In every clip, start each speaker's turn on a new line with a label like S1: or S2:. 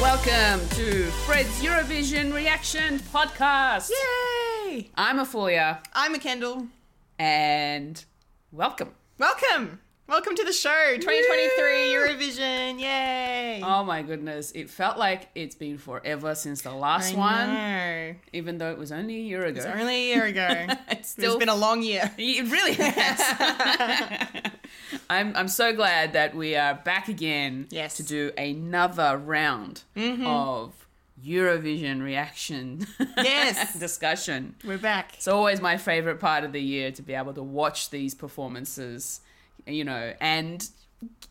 S1: Welcome to Fred's Eurovision Reaction Podcast.
S2: Yay!
S1: I'm Ophelia,
S2: I'm a Kendall.
S1: and welcome.
S2: Welcome! Welcome to the show 2023 Eurovision. Yay!
S1: Oh my goodness, it felt like it's been forever since the last one,
S2: know.
S1: even though it was only a year ago.
S2: It's only a year ago.
S1: It's
S2: it's
S1: still
S2: been a long year.
S1: It really has. I'm I'm so glad that we are back again
S2: Yes. Mm-hmm.
S1: to do another round of Eurovision reaction
S2: Yes.
S1: discussion.
S2: We're back.
S1: It's always my favorite part of the year to be able to watch these performances, you know, and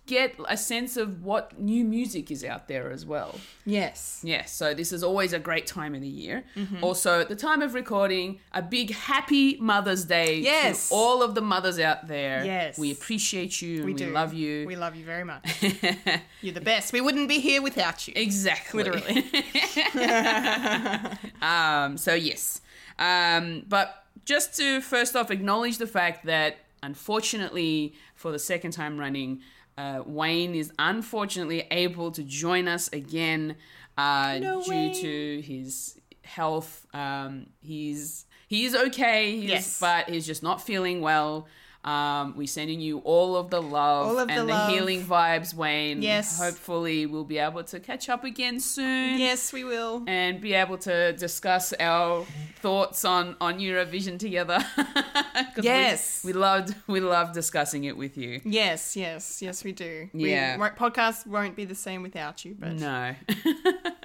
S1: get a sense of what new music is out there as well.
S2: Yes.
S1: Yes, so this is always a great time of the year.
S2: Mm-hmm.
S1: Also, at the time of recording, a big happy Mother's Day
S2: Yes.
S1: to all of the mothers out there.
S2: Yes.
S1: We appreciate you. and
S2: We
S1: we
S2: do.
S1: love you.
S2: We love you very much. You're the best. We wouldn't be here without you.
S1: Exactly.
S2: Literally.
S1: um, so yes. Um, but just to first off acknowledge the fact that unfortunately, for the second time running, uh, Wayne is unfortunately able to join us again uh,
S2: No,
S1: due
S2: Wayne.
S1: to his health. Um, he's he is okay. He's,
S2: Yes.
S1: but he's just not feeling well. Um, we're sending you all of the love
S2: All of
S1: and
S2: the love.
S1: healing vibes, Wayne.
S2: Yes.
S1: Hopefully, we'll be able to catch up again soon
S2: Yes, we will.
S1: and be able to discuss our thoughts on on Eurovision together. 'Cause we-
S2: Yes.
S1: we, loved we loved discussing it with you.
S2: Yes, yes, yes, we do.
S1: Yeah.
S2: We, won't- podcast won't be the same without you, but,
S1: No,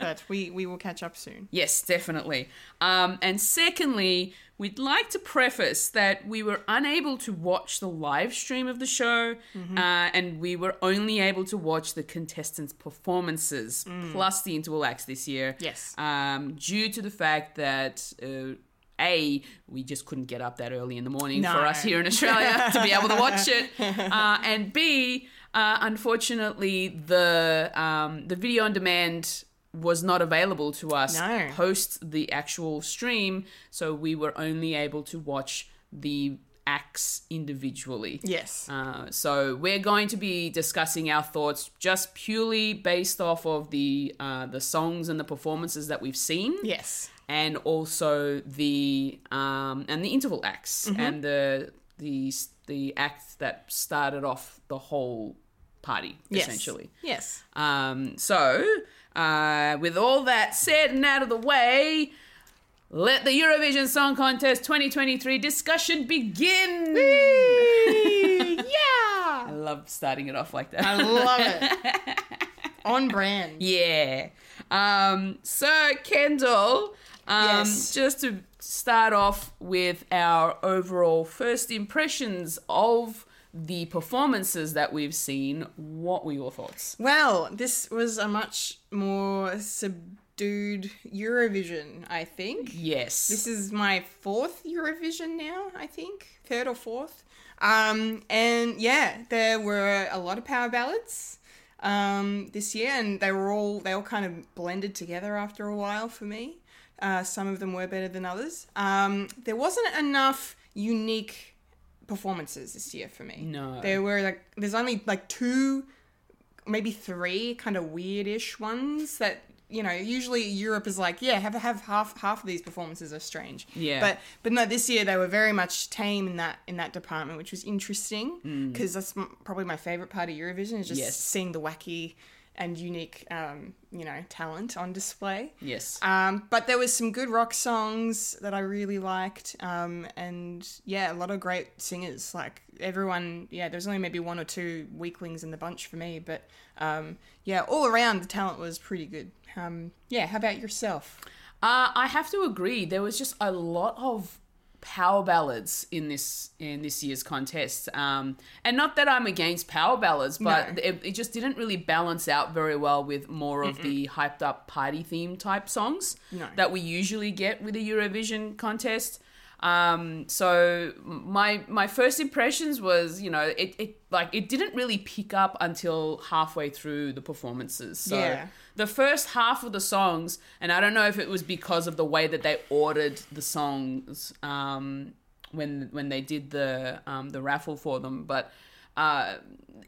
S2: but we, we will catch up soon.
S1: yes, definitely. Um, and secondly, we'd like to preface that we were unable to watch the live stream of the show,
S2: Mm-hmm.
S1: uh, and we were only able to watch the contestants' performances plus the interval acts this year.
S2: Mm. Yes.
S1: um, due to the fact that uh, a we just couldn't get up that early in the morning
S2: No.
S1: for us here in Australia to be able to watch it, uh, and b uh, unfortunately the um, the video on demand was not available to us
S2: No.
S1: post the actual stream, so we were only able to watch the acts individually.
S2: Yes.
S1: Uh, so we're going to be discussing our thoughts just purely based off of the uh, the songs and the performances that we've seen,
S2: yes.
S1: and also the um, and the interval acts
S2: Mm-hmm.
S1: and the the the act that started off the whole party
S2: Yes.
S1: essentially.
S2: Yes.
S1: Um, so uh, with all that said and out of the way. Let the Eurovision Song Contest 2023 discussion begin!
S2: yeah.
S1: I love starting it off like that.
S2: I love it. On brand.
S1: yeah. Um, so, Kendall, um,
S2: Yes.
S1: just to start off with our overall first impressions of the performances that we've seen, what were your thoughts?
S2: Well, this was a much more subdued Eurovision, I think.
S1: Yes.
S2: This is my fourth Eurovision now, I think. Third or fourth. Um, and yeah, there were a lot of power ballads um, this year, and they were all they all kind of blended together after a while for me. Uh, some of them were better than others. Um, there wasn't enough unique performances this year for me.
S1: No.
S2: There were like there's only like two maybe three kind of weird-ish ones that you know usually Europe is like yeah have have half half of these performances are strange
S1: Yeah.
S2: but but no this year they were very much tame in that in that department which was interesting because that's m- probably my favorite part of Eurovision is just
S1: Mm. Yes.
S2: seeing the wacky and unique um, you know talent on display
S1: yes.
S2: um, but there was some good rock songs that I really liked, um, and yeah, a lot of great singers. Like everyone, yeah, there's only maybe one or two weaklings in the bunch for me, but um, yeah, all around the talent was pretty good. Um, yeah, how about yourself?
S1: Uh, I have to agree. There was just a lot of power ballads in this in this year's contest, um, and not that I'm against power ballads, but
S2: No.
S1: it, it just didn't really balance out very well with more of the hyped up party theme type songs
S2: No.
S1: that we usually get with a Eurovision contest. Um, so my my first impressions was you know it, it like it didn't really pick up until halfway through the performances. So
S2: Yeah.
S1: the first half of the songs, and I don't know if it was because of the way that they ordered the songs um, when when they did the um, the raffle for them, but uh,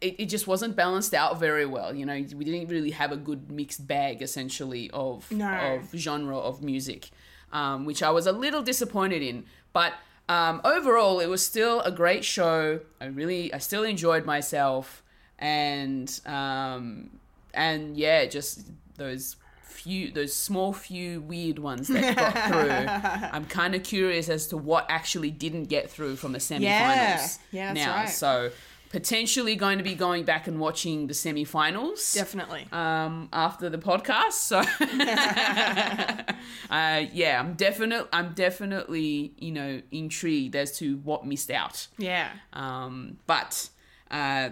S1: it, it just wasn't balanced out very well. You know, we didn't really have a good mixed bag essentially of
S2: No.
S1: of genre of music, um, which I was a little disappointed in. But um, overall, it was still a great show. I really, I still enjoyed myself, and um, and yeah, just those few, those small few weird ones that got through. I'm kind of curious as to what actually didn't get through from the semifinals
S2: Yeah, that's
S1: now.
S2: right.
S1: So potentially going to be going back and watching the semifinals
S2: Definitely.
S1: um, after the podcast. So, uh, yeah, I'm definitely, I'm definitely, you know, intrigued as to what missed out.
S2: yeah.
S1: Um, but uh,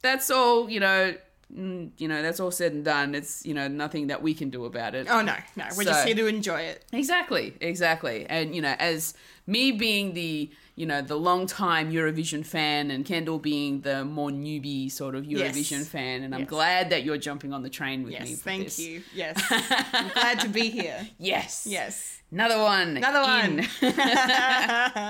S1: that's all, you know. mm, You know, that's all said and done. It's you know nothing that we can do about it.
S2: Oh no, no. We're
S1: So-
S2: just here to enjoy it.
S1: Exactly, exactly. And you know, as me being the you know the long time Eurovision fan, and Kendall being the more newbie sort of
S2: Yes.
S1: Eurovision fan, and I'm
S2: Yes.
S1: glad that you're jumping on the train with me.
S2: Yes,
S1: for
S2: thank
S1: this.
S2: you. Yes. I'm glad to be here.
S1: Yes,
S2: Yes.
S1: Another one.
S2: Another one.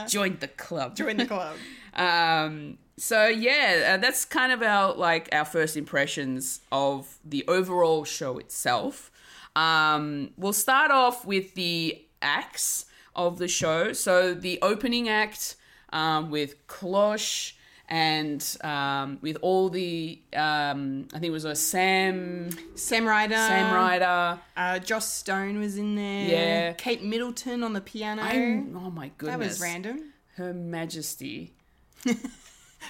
S1: Joined the club.
S2: Join the club.
S1: Um, so yeah, uh, that's kind of our like our first impressions of the overall show itself. Um, we'll start off with the acts of the show. So the opening act um, with Klosh and um, with all the um, I think it was a Sam
S2: Sam Ryder.
S1: Sam Ryder.
S2: Uh, Joss Stone was in there.
S1: Yeah.
S2: Kate Middleton on the piano.
S1: I'm, oh my goodness,
S2: that was random.
S1: Her Majesty,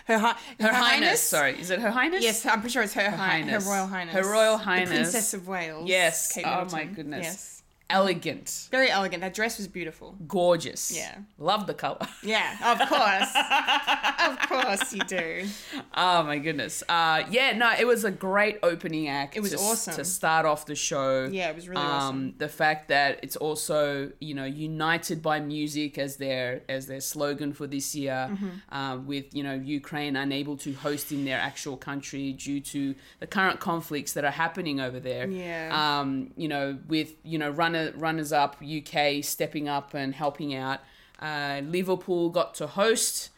S2: Her, hi-
S1: Her, Highness. Sorry, is it Her Highness?
S2: Yes, I'm pretty sure it's her, hi-
S1: Highness.
S2: Her Royal Highness.
S1: Her Royal Highness.
S2: The Princess of Wales.
S1: Yes.
S2: Kate
S1: Oh my
S2: Middleton.
S1: goodness.
S2: Yes.
S1: Elegant.
S2: Very elegant. That dress was beautiful.
S1: gorgeous.
S2: Yeah.
S1: Love the color.
S2: Yeah, of course. of course you do.
S1: oh my goodness. Uh yeah, no, it was a great opening act. It
S2: was
S1: to,
S2: awesome.
S1: to start off the show.
S2: Yeah, it was really
S1: um,
S2: awesome.
S1: The fact that it's also you know united by music as their as their slogan for this year,
S2: Mm-hmm.
S1: uh, with you know Ukraine unable to host in their actual country due to the current conflicts that are happening over there.
S2: Yeah.
S1: Um, you know, with you know runner runners up UK stepping up and helping out. Uh, Liverpool got to host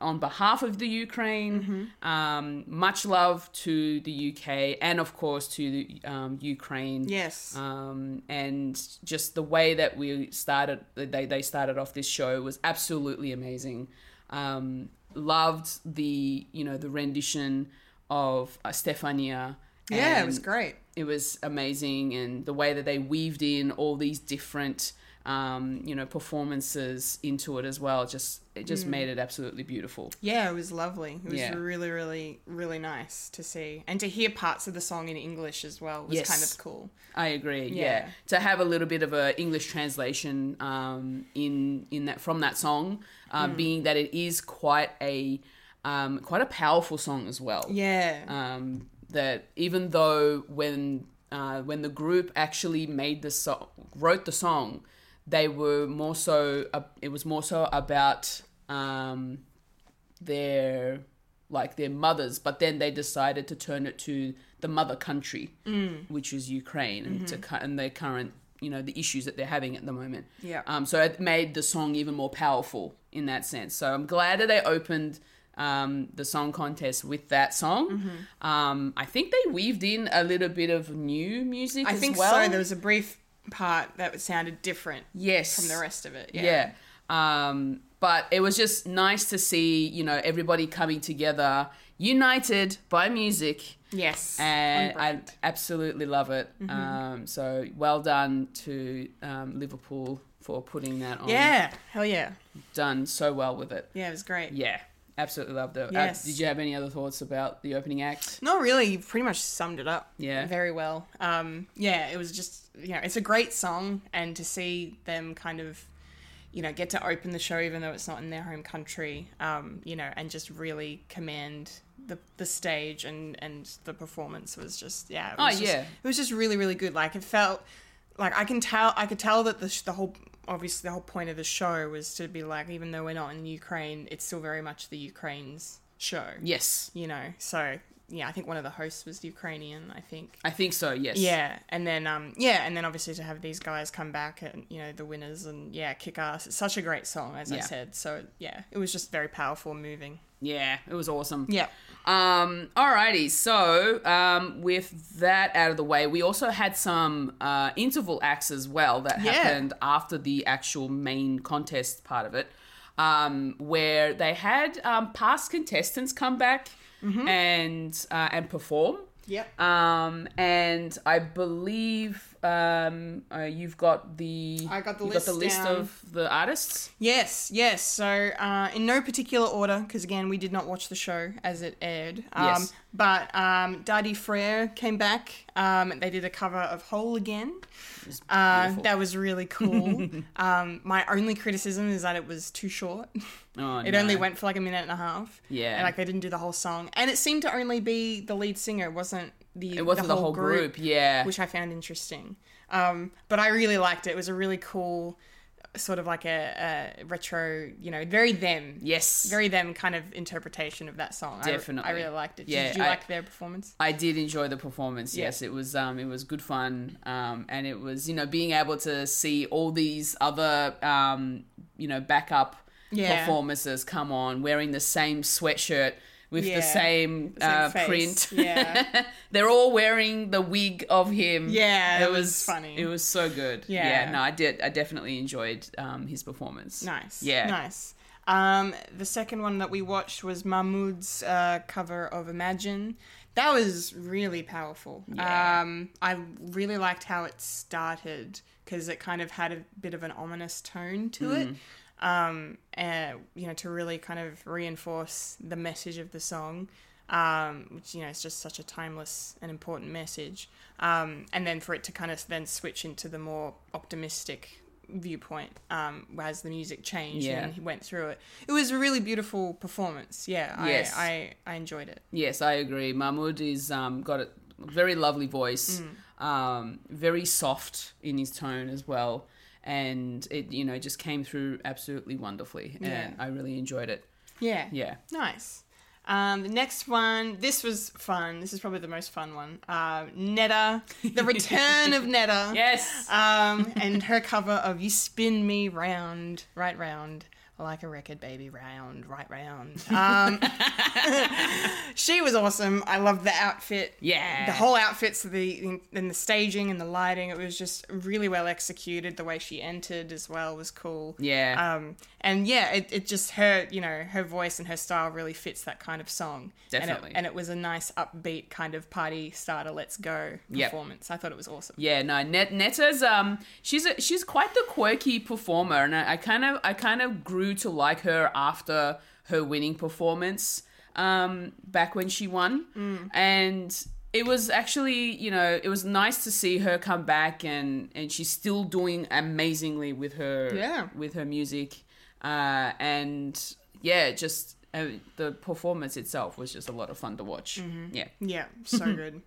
S1: on behalf of the Ukraine.
S2: Mm-hmm.
S1: Um, much love to the UK and of course to the, um, Ukraine
S2: Yes.
S1: um, and just the way that we started they, they started off this show was absolutely amazing um, loved the you know the rendition of uh, stefania
S2: yeah, it
S1: And
S2: was great.
S1: it was amazing and the way that they weaved in all these different um, you know performances into it as well just it
S2: Mm.
S1: just made it absolutely beautiful
S2: Yeah, it was lovely. It was
S1: Yeah.
S2: really, really, really nice to see. And to hear parts of the song in English as well was
S1: Yes.
S2: kind of cool.
S1: I agree. Yeah.
S2: Yeah.
S1: to have a little bit of a English translation um, in in that from that song, uh,
S2: Hmm.
S1: being that it is quite a um, quite a powerful song as well.
S2: Yeah.
S1: Um, that even though when uh, when the group actually made the song, wrote the song, they were more so. Uh, it was more so about um, their like their mothers, but then they decided to turn it to the mother country,
S2: Mm.
S1: which is Ukraine, and
S2: Mm-hmm.
S1: to cu- and their current you know the issues that they're having at the moment.
S2: Yeah.
S1: Um. So it made the song even more powerful in that sense. So I'm glad that they opened um the song contest with that song.
S2: Mm-hmm.
S1: Um. I think they weaved in a little bit of new music.
S2: I
S1: as
S2: think
S1: well.
S2: so. There was a brief part that sounded different
S1: yes
S2: from the rest of it. Yeah.
S1: yeah. Um, but it was just nice to see, you know, everybody coming together, united by music.
S2: Yes.
S1: And I
S2: On brand. Mm-hmm.
S1: absolutely love it. Um, so well done to um, Liverpool for putting that on.
S2: yeah. Hell yeah.
S1: Done so well with it.
S2: Yeah, it was great.
S1: Yeah. Absolutely loved it. Uh,
S2: Yes.
S1: did you have any other thoughts about the opening act?
S2: Not really. You pretty much summed it up.
S1: Yeah.
S2: Very well. Um, yeah, it was just, you know, it's a great song. And to see them kind of, you know, get to open the show, even though it's not in their home country, um, you know, and just really command the, the stage and, and the performance was just, yeah. It
S1: Oh,
S2: was just-
S1: yeah.
S2: It was just really, really good. Like, it felt like I can tell, I could tell that the, sh- the whole, obviously, the whole point of the show was to be like, even though we're not in Ukraine, it's still very much the Ukraine's show
S1: Yes.
S2: you know. So yeah, I think one of the hosts was Ukrainian. I think.
S1: I think so, yes.
S2: Yeah, and then um, yeah, and then obviously to have these guys come back and you know the winners and yeah, kick ass. It's such a great song, as I
S1: Yeah.
S2: said. So yeah, it was just very powerful, and moving.
S1: Yeah, it was awesome.
S2: Yeah.
S1: Um, alrighty, so um, with that out of the way, we also had some uh, interval acts as well that
S2: Yeah.
S1: happened after the actual main contest part of it, um, where they had um, past contestants come back
S2: Mm-hmm.
S1: and uh, and perform.
S2: Yep.
S1: Um, and I believe um, uh, you've got the
S2: I got the
S1: you
S2: list down.
S1: of the artists.
S2: Yes, yes. So, uh, in no particular order, because again, we did not watch the show as it aired. Um,
S1: Yes.
S2: But um, Daddy Frere came back. Um, and they did a cover of Hole Again. Uh,
S1: beautiful.
S2: that was really cool. um, my only criticism is that it was too short.
S1: Oh,
S2: It
S1: no.
S2: only went for like a minute and a half.
S1: Yeah.
S2: And like they didn't do the whole song. And it seemed to only be the lead singer. It wasn't the,
S1: It wasn't the whole, group. Yeah.
S2: which I found interesting. Um, but I really liked it. It was a really cool, sort of like a, a retro, you know, very them,
S1: yes.
S2: very them kind of interpretation of that song. I-
S1: Definitely.
S2: I, really liked it.
S1: Yeah,
S2: Did you
S1: I-
S2: like their performance?
S1: I did enjoy the performance.
S2: Yeah.
S1: Yes, it was um, it was good fun, um, and it was you know being able to see all these other um, you know backup
S2: Yeah.
S1: performances come on wearing the same sweatshirt with
S2: Yeah.
S1: the same,
S2: Same
S1: uh,
S2: face.
S1: print.
S2: Yeah.
S1: They're all wearing the wig of him.
S2: Yeah, that was funny.
S1: It was so good.
S2: Yeah.
S1: yeah no, I did. I definitely enjoyed um, his performance.
S2: Nice.
S1: Yeah.
S2: Nice. Um, the second one that we watched was Mahmood's uh, cover of Imagine. That was really powerful.
S1: Yeah.
S2: Um, I really liked how it started because it kind of had a bit of an ominous tone to
S1: Mm.
S2: it. Um, and, you know, to really kind of reinforce the message of the song, um, which, you know, it's just such a timeless and important message. Um, and then for it to kind of then switch into the more optimistic viewpoint um, as the music changed
S1: Yeah.
S2: and he went through it. It was a really beautiful performance. Yeah,
S1: Yes.
S2: I, I, I enjoyed it.
S1: Yes, I agree. Mahmood is um, got a very lovely voice,
S2: Mm.
S1: um, very soft in his tone as well, and it you know just came through absolutely wonderfully, and
S2: Yeah.
S1: I really enjoyed it.
S2: Yeah.
S1: Yeah,
S2: Nice. Um, the next one, this was fun. This is probably the most fun one. Uh, Netta, the return of Netta.
S1: yes,
S2: Um, and her cover of "You Spin Me Round, Right Round." Like a record, baby, round, right round. Um, she was awesome. I loved the outfit.
S1: Yeah.
S2: the whole outfits, the and the staging and the lighting. It was just really well executed. The way she entered as well was cool.
S1: yeah,
S2: Um, and yeah, it, it just her, you know, her voice and her style really fits that kind of song. And it-
S1: Definitely.
S2: And it, was a nice upbeat kind of party starter, let's go
S1: Yep.
S2: performance. I thought it was awesome.
S1: yeah. No, Net- Netta's um, she's a, she's quite the quirky performer, and I, I kind of I kind of grew to like her after her winning performance um, back when she won,
S2: Mm.
S1: and it was actually you know it was nice to see her come back and and she's still doing amazingly with her
S2: Yeah.
S1: with her music uh and yeah just uh, the performance itself was just a lot of fun to watch
S2: Mm-hmm.
S1: yeah
S2: Yeah, so good.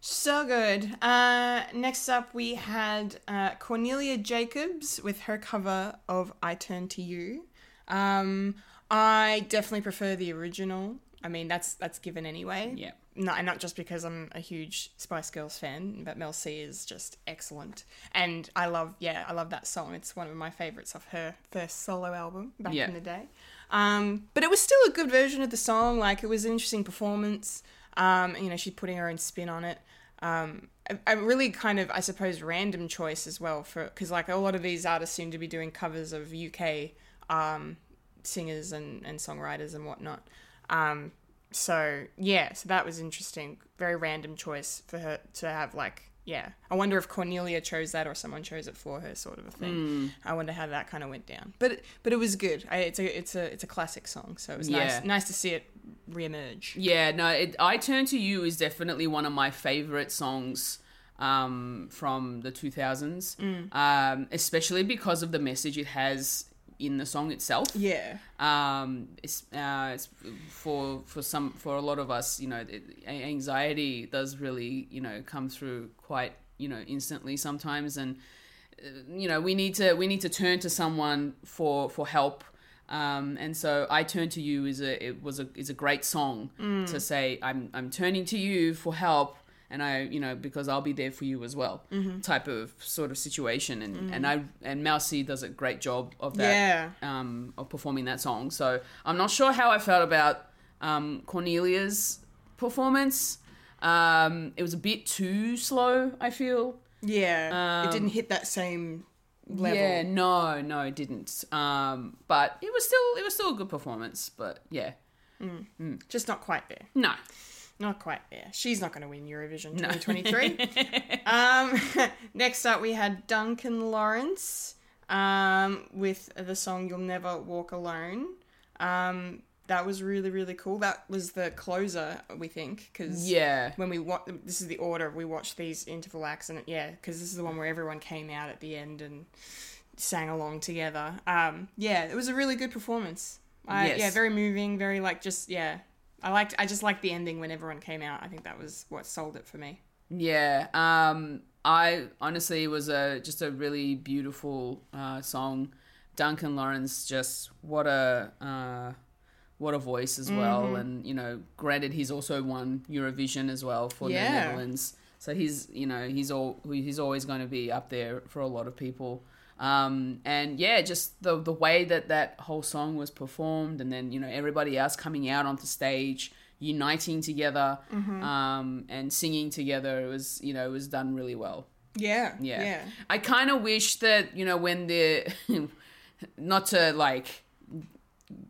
S2: So good. Uh, next up, we had uh, Cornelia Jacobs with her cover of I Turn to You. Um, I definitely prefer the original. I mean, that's that's given anyway.
S1: Yeah.
S2: Not, not just because I'm a huge Spice Girls fan, but Mel C is just excellent. And I love, yeah, I love that song. It's one of my favorites of her first solo album back
S1: Yeah.
S2: in the day. Um, but it was still a good version of the song. Like, it was an interesting performance. Um, you know, she's putting her own spin on it. Um, a, a really kind of, I suppose, random choice as well for because like a lot of these artists seem to be doing covers of UK um, singers and, and songwriters and whatnot. Um, so yeah, so that was interesting. Very random choice for her to have like yeah. I wonder if Cornelia chose that or someone chose it for her, sort of a thing.
S1: Hmm.
S2: I wonder how that kind of went down. But it- but it was good. I, it's a it's a it's a classic song, so it was
S1: Yeah.
S2: nice nice to see it reemerge.
S1: Yeah, no, it, I Turn to You is definitely one of my favorite songs um, from the 2000s, um, especially because of the message it has in the song itself.
S2: Yeah.
S1: Um, it's, uh, it's for for some for a lot of us, you know, it, a- anxiety does really you know come through quite you know instantly sometimes, and uh, you know we need to we need to turn to someone for for help. Um, and so I turn to you is a it was a is a great song to say I'm I'm turning to you for help and I you know because I'll be there for you as well type of sort of situation and and I and Mousy does a great job of that
S2: Yeah.
S1: um, of performing that song. So I'm not sure how I felt about um, Cornelia's performance. Um, it was a bit too slow, I feel.
S2: Yeah. it didn't hit that same level.
S1: Um, Yeah, no, no, it didn't. Um, but it was still it was still a good performance. But yeah,
S2: Just not quite there.
S1: no,
S2: Not quite there. She's not going to win Eurovision 2023. um, next up, we had Duncan Lawrence um, with the song You'll Never Walk Alone. Um, that was really, really cool. That was the closer, we think, because
S1: yeah,
S2: when we watch, this is the order we watched these interval acts, and yeah, because this is the one where everyone came out at the end and sang along together. Um, yeah, it was a really good performance. I,
S1: Yes.
S2: Yeah, very moving, very like just yeah. I liked, I just liked the ending when everyone came out. I think that was what sold it for me.
S1: yeah. Um, I honestly it was a just a really beautiful uh, song. Duncan Lawrence, just what a uh, what a voice as well. And you know, granted, he's also won Eurovision as well for
S2: Yeah.
S1: the Netherlands. So he's you know he's all he's always going to be up there for a lot of people. Um, and yeah, just the the way that that whole song was performed, and then you know everybody else coming out onto stage, uniting together, um, and singing together. It was you know it was done really well.
S2: Yeah,
S1: Yeah. I kind of wish that, you know, when the not to like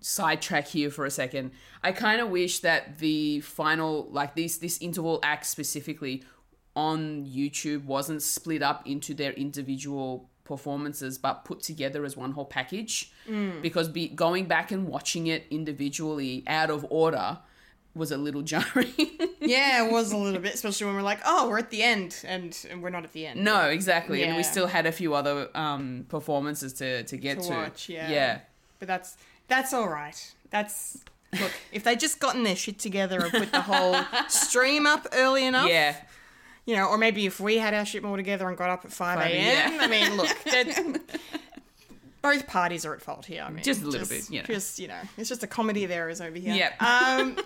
S1: sidetrack here for a second. I kind of wish that the final like these this interval act specifically on YouTube wasn't split up into their individual performances but put together as one whole package because be, going back and watching it individually out of order was a little jarring.
S2: yeah. It was a little bit, especially when we're like, oh, we're at the end, and, and we're not at the end.
S1: No, exactly. And we
S2: Yeah.
S1: still had a few other um, performances to, to get
S2: To
S1: to.
S2: watch, yeah.
S1: Yeah.
S2: But that's that's all right. That's look. If they just gotten their shit together and put the whole stream up early enough,
S1: Yeah.
S2: you know, or maybe if we had our shit more together and got up at five
S1: 5
S2: a.m.
S1: a.m..
S2: I mean, look, that- both parties are at fault here. I mean,
S1: Just a little bit, you know.
S2: Just you know, it's just a comedy there is over here.
S1: Yep.
S2: Um,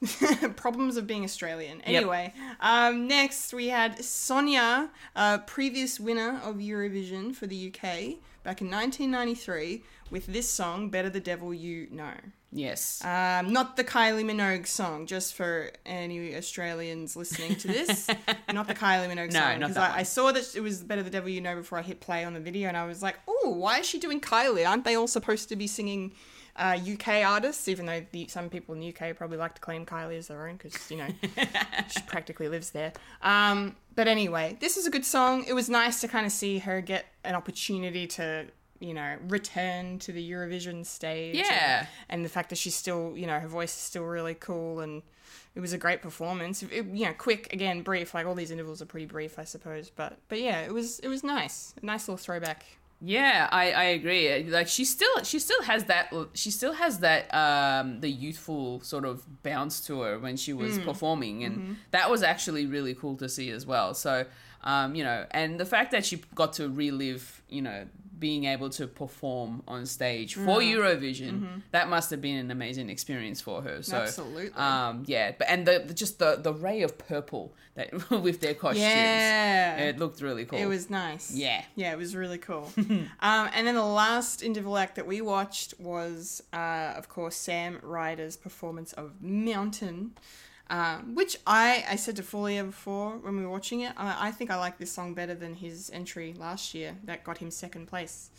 S2: problems of being Australian. Anyway, um, next we had Sonia, uh, previous winner of Eurovision for the UK back in 1993, with this song "Better the Devil You Know."
S1: Yes.
S2: Um, not the Kylie Minogue song, just for any Australians listening to this. not the Kylie Minogue
S1: No, not
S2: song. because
S1: that
S2: I,
S1: one.
S2: I saw that it was Better the Devil You Know before I hit play on the video, and I was like, oh, why is she doing Kylie? Aren't they all supposed to be singing uh, UK artists? Even though the, some people in the UK probably like to claim Kylie as their own because, you know, she practically lives there. Um, but anyway, this is a good song. It was nice to kind of see her get an opportunity to. You know, return to the Eurovision stage. and-
S1: Yeah.
S2: and the fact that she's still, you know, her voice is still really cool, and it was a great performance. It- you know, quick again, brief. Like all these intervals are pretty brief, I suppose. But but yeah, it was it was nice, a nice little throwback.
S1: yeah, I, I agree. Uh, Like she still she still has that she still has that um the youthful sort of bounce to her when she
S2: Mm.
S1: was performing and
S2: Mm-hmm.
S1: that was actually really cool to see as well. So, um you know, and the fact that she got to relive, you know, being able to perform on stage for
S2: Mm.
S1: Eurovision, that must have been an amazing experience for her. So,
S2: Mm-hmm. Absolutely.
S1: um, yeah, but and the, the just the the ray of purple that with their costumes,
S2: Yeah.
S1: it looked really cool.
S2: It was nice.
S1: Yeah.
S2: Yeah, it was really cool. um, and then the last interval act that we watched was, uh, of course, Sam Ryder's performance of Mountain, um, which I, I said to Fulia before when we were watching it, I, I think I like this song better than his entry last year that got him second place.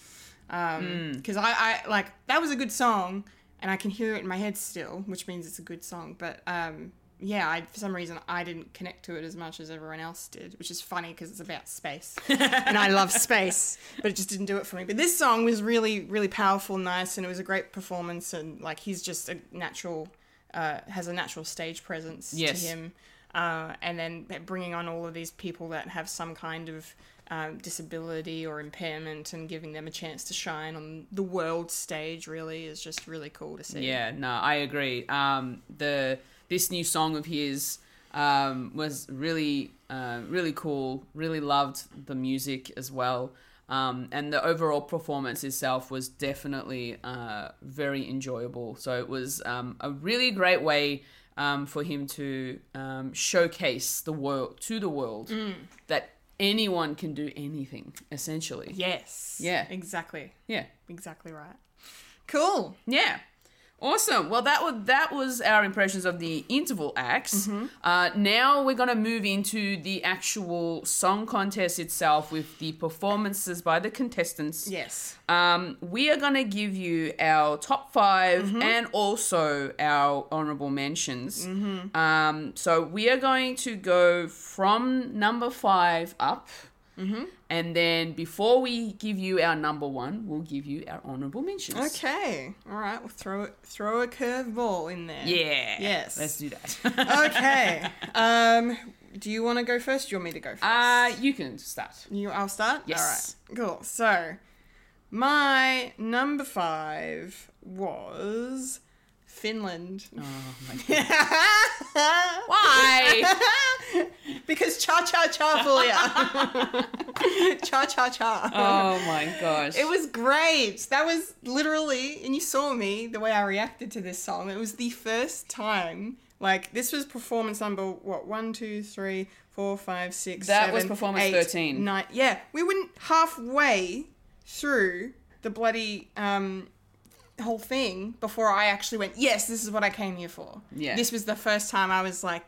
S2: Because Um, I, I, like, that was a good song and I can hear it in my head still, which means it's a good song, but. Um, yeah, I, for some reason I didn't connect to it as much as everyone else did, which is funny because it's about space, and I love space, but it just didn't do it for me. But this song was really, really powerful, nice, and it was a great performance. And like he's just a natural, uh, has a natural stage presence
S1: Yes.
S2: to him, uh, and then bringing on all of these people that have some kind of um, disability or impairment and giving them a chance to shine on the world stage really is just really cool to see.
S1: Yeah, no, I agree. Um, the this new song of his um, was really, uh, really cool. Really loved the music as well, um, and the overall performance itself was definitely uh, very enjoyable. So it was um, a really great way. Um, for him to um, showcase the world to the world that anyone can do anything essentially
S2: Yes.
S1: Yeah.
S2: Exactly.
S1: yeah
S2: Exactly right. Cool.
S1: Yeah. Awesome. Well, that was that was our impressions of the interval acts. Uh, now we're gonna move into the actual song contest itself with the performances by the contestants.
S2: Yes.
S1: Um, we are gonna give you our top 5 and also our honorable mentions. Um, so we are going to go from number five up. And then before we give you our number one, we'll give you our honorable mentions.
S2: Okay. All right. We'll throw it. Throw a curveball in there.
S1: Yeah.
S2: Yes.
S1: Let's do that.
S2: okay. Um, do you want to go first? Do you want me to go first?
S1: uh, you can start.
S2: You, I'll start?
S1: Yes.
S2: All right. Cool. So, my number five was Finland.
S1: Oh, my God. Why?
S2: because cha cha cha for ya. cha cha cha.
S1: oh my gosh.
S2: It was great. That was literally, and you saw me the way I reacted to this song. It was the first time, like this was performance number what one, two, three, four, five, six.
S1: That was
S2: seven,
S1: performance
S2: eight,
S1: 13.
S2: nine- Yeah, we went halfway through the bloody um, whole thing before I actually went. Yes, this is what I came here for.
S1: Yeah.
S2: this was the first time I was like.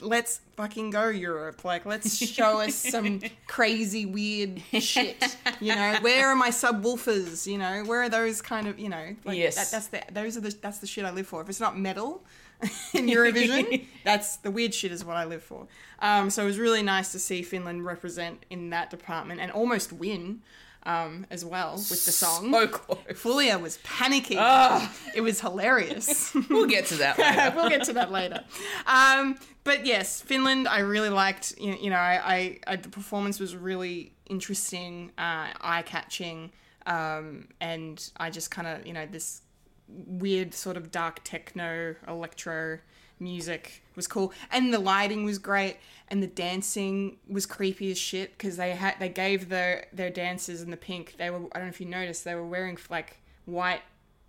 S2: Let's fucking go Europe. Like, let's show us some crazy, weird shit. You know, where are my subwoofers? You know, where are those kind of you know? Like,
S1: Yes.
S2: that, that's the those are the that's the shit I live for. If it's not metal in Eurovision, that's the weird shit is what I live for. Um, so it was really nice to see Finland represent in that department and almost win um, as well with the song.
S1: So close. Ah.
S2: Fulia was panicking. It was hilarious.
S1: We'll get to that later.
S2: we'll get to that later. Um, but yes, Finland, I really liked. You, you know, I, I, I the performance was really interesting, uh, eye catching, um, and I just kind of you know this weird sort of dark techno electro music was cool and the lighting was great and the dancing was creepy as shit because they had they gave their their dancers in the pink they were i don't know if you noticed they were wearing like white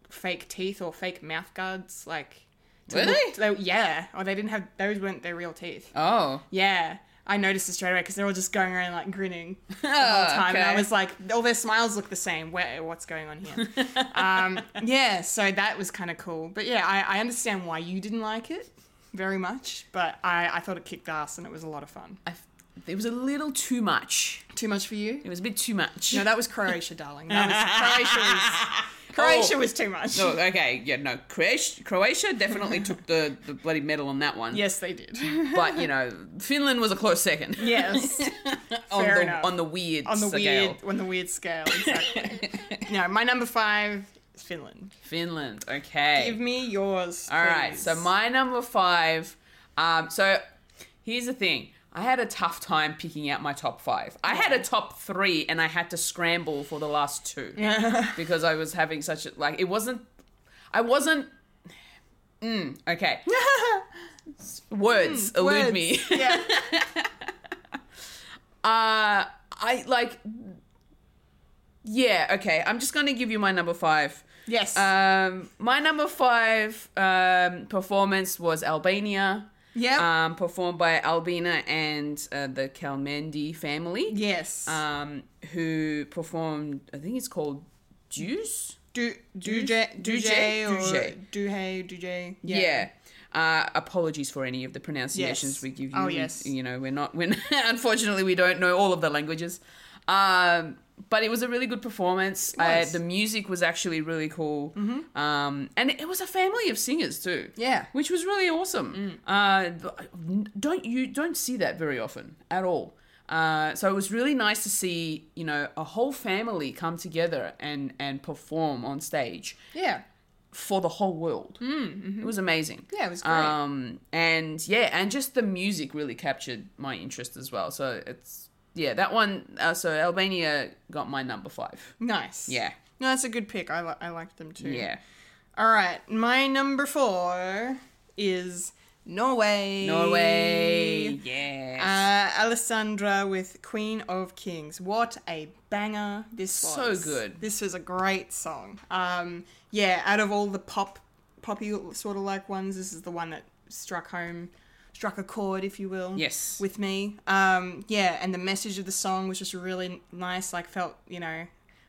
S2: fake teeth or fake mouth guards like to
S1: Were
S2: look- they- yeah or they didn't have those weren't their real teeth
S1: Oh.
S2: yeah i noticed it straight away because they're all just going around like grinning the whole time and i
S1: Oh, okay.
S2: was like all their smiles look the same Where, what's going on here um, yeah, so that was kind of cool. But yeah, I, I understand why you didn't like it very much, but I, I thought it kicked ass and it was a lot of fun.
S1: I, it was a little too much.
S2: Too much for you?
S1: It was a bit too much.
S2: No, that was Croatia, darling. That was Croatia was Croatia
S1: Oh.
S2: was too much.
S1: No, okay, yeah, no. Croatia, Croatia definitely took the, the bloody medal on that one.
S2: Yes, they did.
S1: But, you know, Finland was a close second.
S2: yes.
S1: on,
S2: fair
S1: the,
S2: enough.
S1: on the weird
S2: on the
S1: scale.
S2: weird on the weird scale, exactly. no, my number five is Finland.
S1: Finland, okay.
S2: Give me yours.
S1: All right. So
S2: please.
S1: my number five. Um, so here's the thing. I had a tough time picking out my top five. I had a top three, and I had to scramble for the last two because I was having such a like. It wasn't. I wasn't. Mm, okay. Words elude
S2: Mm, Words.
S1: me.
S2: Yeah.
S1: Uh, I like. Yeah. Okay. I'm just gonna give you my number five.
S2: Yes.
S1: Um, my number five um, performance was Albania,
S2: yep.
S1: um, performed by Albina and uh, the Kalmendi family,
S2: yes.
S1: um, who performed, I think it's called Juice?
S2: Du
S1: Duje?
S2: Duje Duje or
S1: Duje.
S2: Duhe Duje.
S1: Yeah. Uh, apologies for any of the pronunciations
S2: Yes.
S1: we give you.
S2: Oh,
S1: We-
S2: yes.
S1: you know, we're not, we're, unfortunately, we don't know all of the languages. Um, but it was a really good performance. Uh,
S2: was. Mm-hmm.
S1: the music was actually really cool. Um, and it was a family of singers, too.
S2: Yeah. Mm.
S1: which was really awesome. Uh, th- don't you don't see that very often at all. Uh, so it was really nice to see you know a whole family come together and and perform on stage
S2: Yeah.
S1: for the whole world. Mm-hmm. It was amazing.
S2: Mm, Yeah, it was great.
S1: Um, and yeah, and just the music really captured my interest as well. So it's yeah that one. Uh, so Albania got my number five.
S2: Nice.
S1: Yeah.
S2: No, that's a good pick. I, li- I liked them too.
S1: Yeah,
S2: All right. My number four is Norway.
S1: Norway. Yes.
S2: Uh, Alessandra with Queen of Kings. What a banger this
S1: So
S2: was.
S1: good.
S2: This was a great song. Um, yeah, out of all the pop, poppy sort of like ones, this is the one that struck home, struck a chord, if you will.
S1: Yes.
S2: With me. Um, yeah, and the message of the song was just really nice. Like, felt, you know,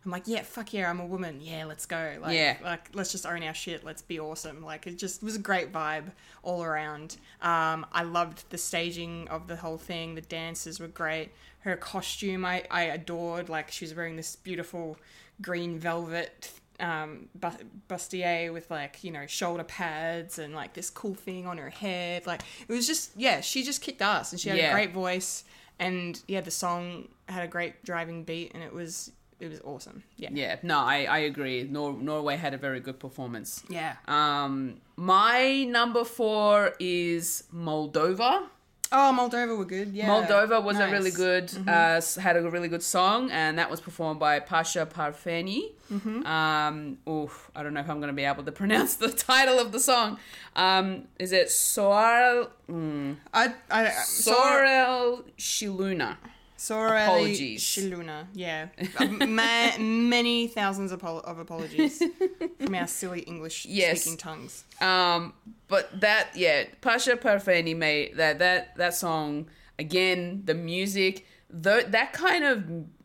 S2: I'm like, yeah, fuck yeah, I'm a woman. Yeah, let's go. Like,
S1: Yeah.
S2: like let's just own our shit. Let's be awesome. Like it just was a great vibe all around. Um, I loved the staging of the whole thing. The dances were great. Her costume, I I adored. Like she was wearing this beautiful green velvet um bu- bustier with like you know shoulder pads and like this cool thing on her head like it was just yeah she just kicked ass and she had
S1: Yeah.
S2: a great voice and yeah the song had a great driving beat and it was it was awesome yeah
S1: Yeah, no, I, I agree. Nor- Norway had a very good performance.
S2: yeah
S1: Um, my number four is Moldova.
S2: oh moldova were good yeah
S1: Moldova was a really
S2: Nice. Mm-hmm.
S1: good, uh s had a really good song, and that was performed by Pasha Parfeni.
S2: Mm-hmm.
S1: Um, oof, I don't know if I'm going to be able to pronounce the title of the song. Um, is it Sorel mm,
S2: i i, I sorry
S1: Sorel Shiluna?
S2: sorry
S1: Apologies.
S2: shiluna yeah Ma- many thousands of, apol- of apologies from our silly english
S1: Yes.
S2: speaking tongues
S1: Um, but that yeah, Pasha Parfeni made that that that song again. The music, tho- that kind of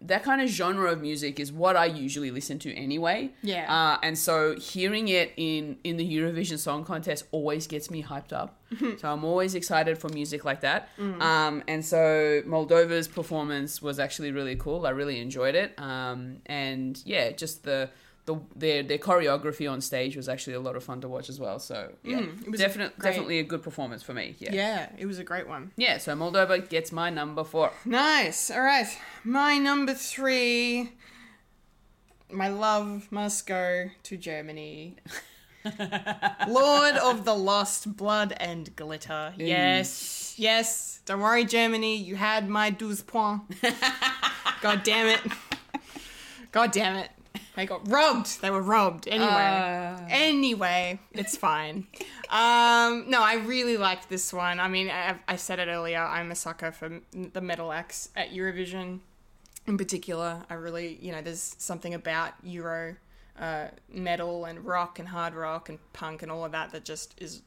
S1: that kind of genre of music is what I usually listen to anyway.
S2: Yeah.
S1: Uh, and so hearing it in in the Eurovision Song Contest always gets me hyped up. so I'm always excited for music like that.
S2: Mm.
S1: Um, and so Moldova's performance was actually really cool. I really enjoyed it. Um, and yeah, just the the, their their choreography on stage was actually a lot of fun to watch as well. So yeah,
S2: Mm, it was
S1: definitely
S2: great.
S1: definitely a good performance for me. Yeah. yeah,
S2: yeah it was a great one
S1: So Moldova gets my number four.
S2: Nice. All right. My number three. My love must go to Germany. Lord of the Lost Blood and Glitter. Yes. Yes. Don't worry, Germany. You had my 12 points. God damn it. God damn it. They got robbed. They were robbed. Anyway.
S1: Uh.
S2: Anyway, it's fine. um, no, I really liked this one. I mean, I, I said it earlier. I'm a sucker for m- the metal acts at Eurovision, in particular. I really, you know, there's something about Euro uh, metal and rock and hard rock and punk and all of that that just is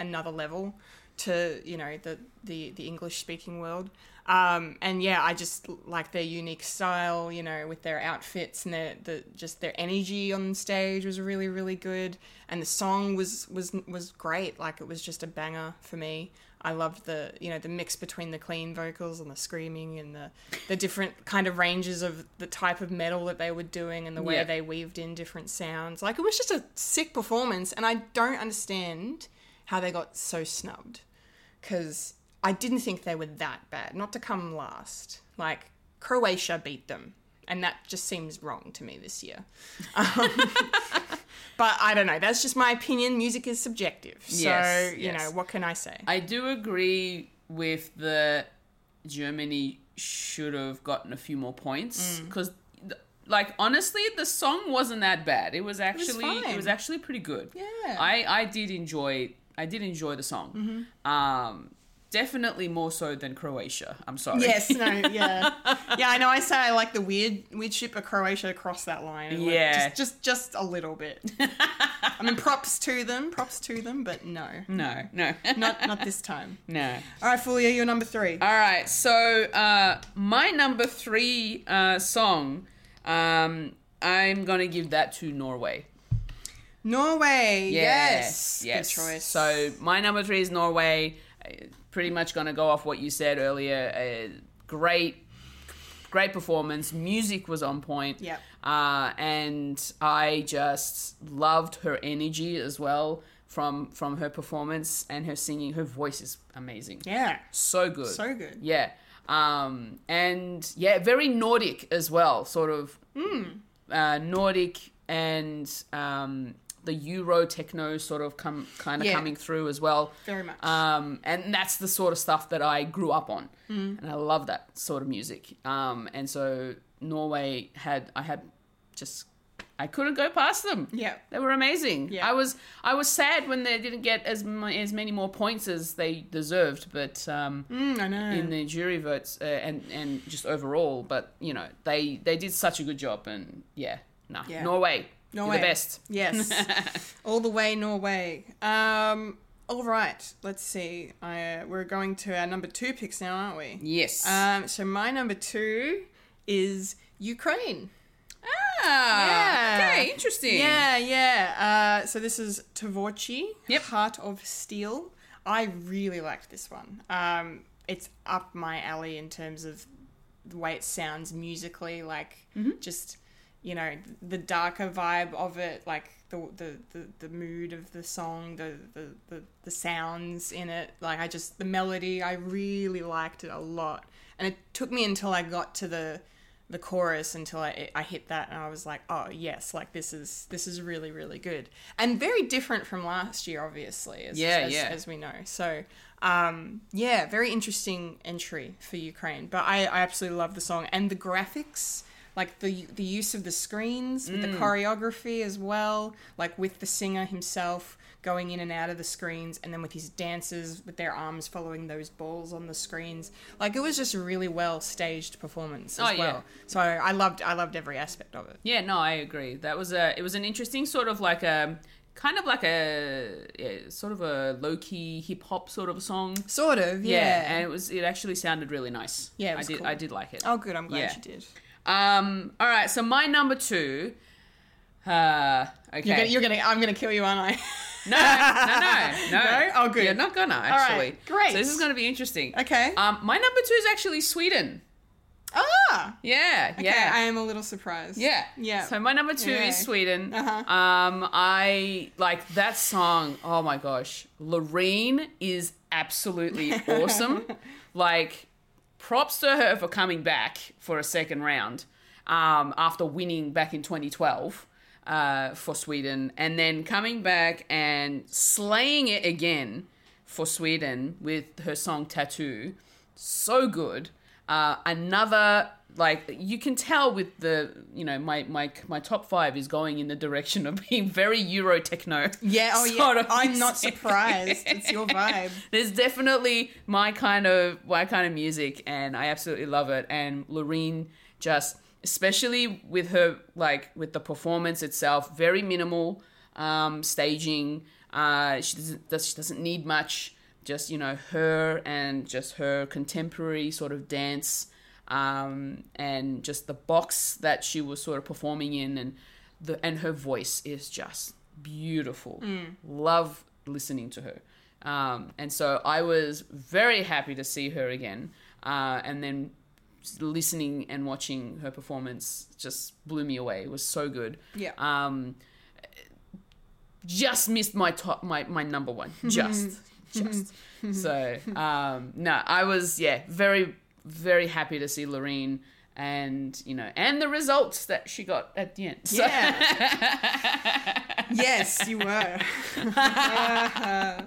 S2: another level to you know the the, the English speaking world. Um, and yeah, I just l- like their unique style, you know, with their outfits and their the just their energy on stage was really really good, and the song was was was great. Like it was just a banger for me. I loved the you know the mix between the clean vocals and the screaming and the the different kind of ranges of the type of metal that they were doing and the way
S1: Yeah.
S2: they weaved in different sounds. Like it was just a sick performance, and I don't understand how they got so snubbed because I didn't think they were that bad. Not to come last, like Croatia beat them, and that just seems wrong to me this year. Um, but I don't know. That's just my opinion. Music is subjective, so
S1: Yes,
S2: you
S1: yes.
S2: know what can I say?
S1: I do agree with the Germany should have gotten a few more points
S2: Mm.
S1: because. Like honestly, the song wasn't that bad. It was actually it was,
S2: fine.
S1: actually pretty good.
S2: Yeah.
S1: I I did enjoy I did enjoy the song.
S2: Mm-hmm.
S1: Um, definitely more so than Croatia. I'm sorry.
S2: Yes, no, yeah, yeah. I know. I say I like the weird, weird ship of Croatia across that line. and, like,
S1: Yeah.
S2: just, just, just a little bit. I mean, props to them, props to them, but no,
S1: No. No.
S2: not, not this time.
S1: no.
S2: All right, Fulia, you're number three.
S1: All right. So uh, my number three uh, song, um, I'm gonna give that to Norway.
S2: Norway.
S1: Yes.
S2: Yes.
S1: Yes.
S2: Good choice.
S1: So my number three is Norway. Uh, Pretty much going to go off what you said earlier. Uh, great, great performance. Music was on point.
S2: Yep.
S1: Uh, and I just loved her energy as well from from her performance and her singing. Her voice is amazing.
S2: yeah.
S1: So good.
S2: So good.
S1: Yeah. Um, and yeah, very Nordic as well, sort of
S2: Hmm.
S1: uh, Nordic and um, the Euro techno sort of come kind of
S2: Yeah.
S1: coming through as well.
S2: Very much.
S1: Um, and that's the sort of stuff that I grew up on,
S2: Hmm.
S1: and I love that sort of music. Um, and so Norway had I had just I couldn't go past them.
S2: Yeah.
S1: They were amazing.
S2: Yeah.
S1: I was I was sad when they didn't get as mu- as many more points as they deserved, but um,
S2: Mm, I know.
S1: in the jury votes uh, and and just overall. But you know they they did such a good job, and yeah, nah,
S2: Yeah.
S1: Norway, Norway,
S2: Norway.
S1: the best.
S2: Yes. All the way Norway. Um, all right. Let's see. I, uh, we're going to our number two picks now, aren't we?
S1: Yes.
S2: Um, so my number two is Ukraine. Yeah.
S1: Ah, Okay, interesting.
S2: Yeah, yeah. Uh, so this is Tavorchi,
S1: Yep.
S2: Heart of Steel. I really liked this one. Um, it's up my alley in terms of the way it sounds musically, like
S1: Mm-hmm.
S2: just you know the darker vibe of it, like the the, the, the mood of the song, the, the the the sounds in it. Like I just the melody, I really liked it a lot, and it took me until I got to the the chorus until I, I hit that and I was like, oh yes, like this is this is really really good and very different from last year, obviously. As,
S1: Yeah,
S2: as,
S1: yeah.
S2: as we know. So um, yeah, very interesting entry for Ukraine. But I, I absolutely love the song and the graphics, like the the use of the screens with
S1: Mm.
S2: the choreography as well, like with the singer himself going in and out of the screens and then with his dancers with their arms following those balls on the screens like it was just a really well staged performance as
S1: Oh, yeah.
S2: well so I loved I loved every aspect of it.
S1: Yeah, no, I agree. That was a it was an interesting sort of like a kind of like a yeah, sort of a low key hip hop sort of song.
S2: Sort of,
S1: Yeah.
S2: yeah.
S1: and it was it actually sounded really nice.
S2: Yeah, it was
S1: I did
S2: cool.
S1: I did like it.
S2: oh, good. I'm glad
S1: Yeah.
S2: you did.
S1: Um, all right, so my number two. Uh, okay.
S2: You're, gonna, you're gonna. I'm gonna kill you, aren't I?
S1: No, no, no, no.
S2: No? Oh, good.
S1: You're not gonna actually.
S2: right, great.
S1: So this is gonna be interesting.
S2: Okay.
S1: Um, my number two is actually Sweden.
S2: ah.
S1: Yeah,
S2: Okay,
S1: yeah.
S2: I am a little surprised.
S1: Yeah.
S2: Yeah.
S1: So my number two
S2: Yay.
S1: is Sweden.
S2: Uh-huh.
S1: Um, I like that song. Oh my gosh, Loreen is absolutely awesome. like, props to her for coming back for a second round um, after winning back in 2012 uh, for Sweden, and then coming back and slaying it again for Sweden with her song Tattoo. So good. Uh, another like you can tell with the you know my my my top five is going in the direction of being very Euro techno.
S2: yeah. Oh,
S1: sort
S2: yeah.
S1: of
S2: I'm not
S1: music.
S2: surprised. it's your vibe.
S1: There's definitely my kind of my kind of music, and I absolutely love it. And Loreen just, especially with her like with the performance itself, very minimal um, staging. Uh, she doesn't does, she doesn't need much. Just you know her and just her contemporary sort of dance, um, and just the box that she was sort of performing in, and the and her voice is just beautiful. Love listening to her. Um, and so I was very happy to see her again. Uh, and then listening and watching her performance just blew me away. It was so good.
S2: Yeah.
S1: Um, just missed my top, my, my number one. Just, just. So, um, no, I was, yeah, very, very happy to see Loreen and, you know, and the results that she got at the end. So-
S2: Yeah. yes, you were. Uh-huh.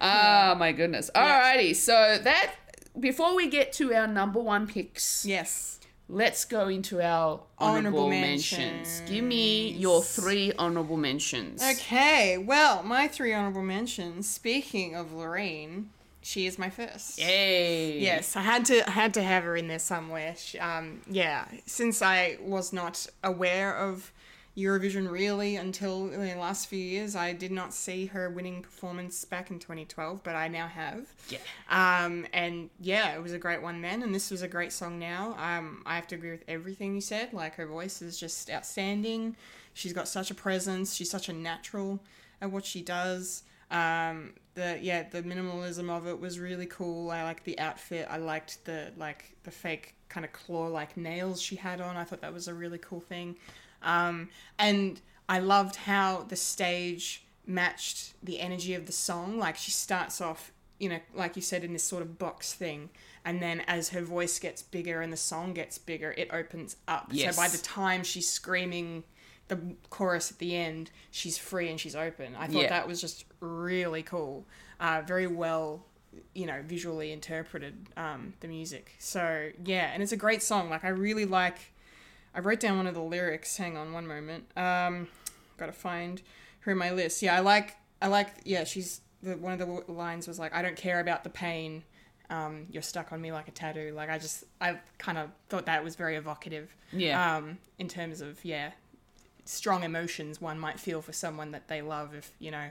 S1: Oh my goodness. Alrighty, so that before we get to our number one picks,
S2: yes.
S1: let's go into our honorable,
S2: Honorable
S1: mentions. Give me your three honorable mentions.
S2: Okay. Well, my three honorable mentions. Speaking of Lorraine, she is my first.
S1: Yay.
S2: Yes, I had to I had to have her in there somewhere. She, um, yeah, since I was not aware of Eurovision really until the last few years, I did not see her winning performance back in 2012, but I now have.
S1: Yeah.
S2: Um, and yeah, it was a great one then, and this was a great song now. Um, I have to agree with everything you said. Like her voice is just outstanding. She's got such a presence. She's such a natural at what she does. Um, the yeah, the minimalism of it was really cool. I liked the outfit. I liked the like the fake kind of claw like nails she had on. I thought that was a really cool thing. Um, and I loved how the stage matched the energy of the song. Like she starts off, you know, like you said, in this sort of box thing. And then as her voice gets bigger and the song gets bigger, it opens up.
S1: Yes.
S2: So by the time she's screaming the chorus at the end, she's free and she's open. I thought
S1: Yeah.
S2: that was just really cool. Uh, very well you know visually interpreted um, the music so yeah and it's a great song like i really like I wrote down one of the lyrics. Hang on one moment. Um, gotta find her in my list. Yeah, I like, I like, yeah, she's, the, one of the w- lines was like, I don't care about the pain. Um, you're stuck on me like a tattoo. Like, I just, I kind of thought that was very evocative.
S1: Yeah.
S2: Um, in terms of, yeah, strong emotions one might feel for someone that they love if, you know,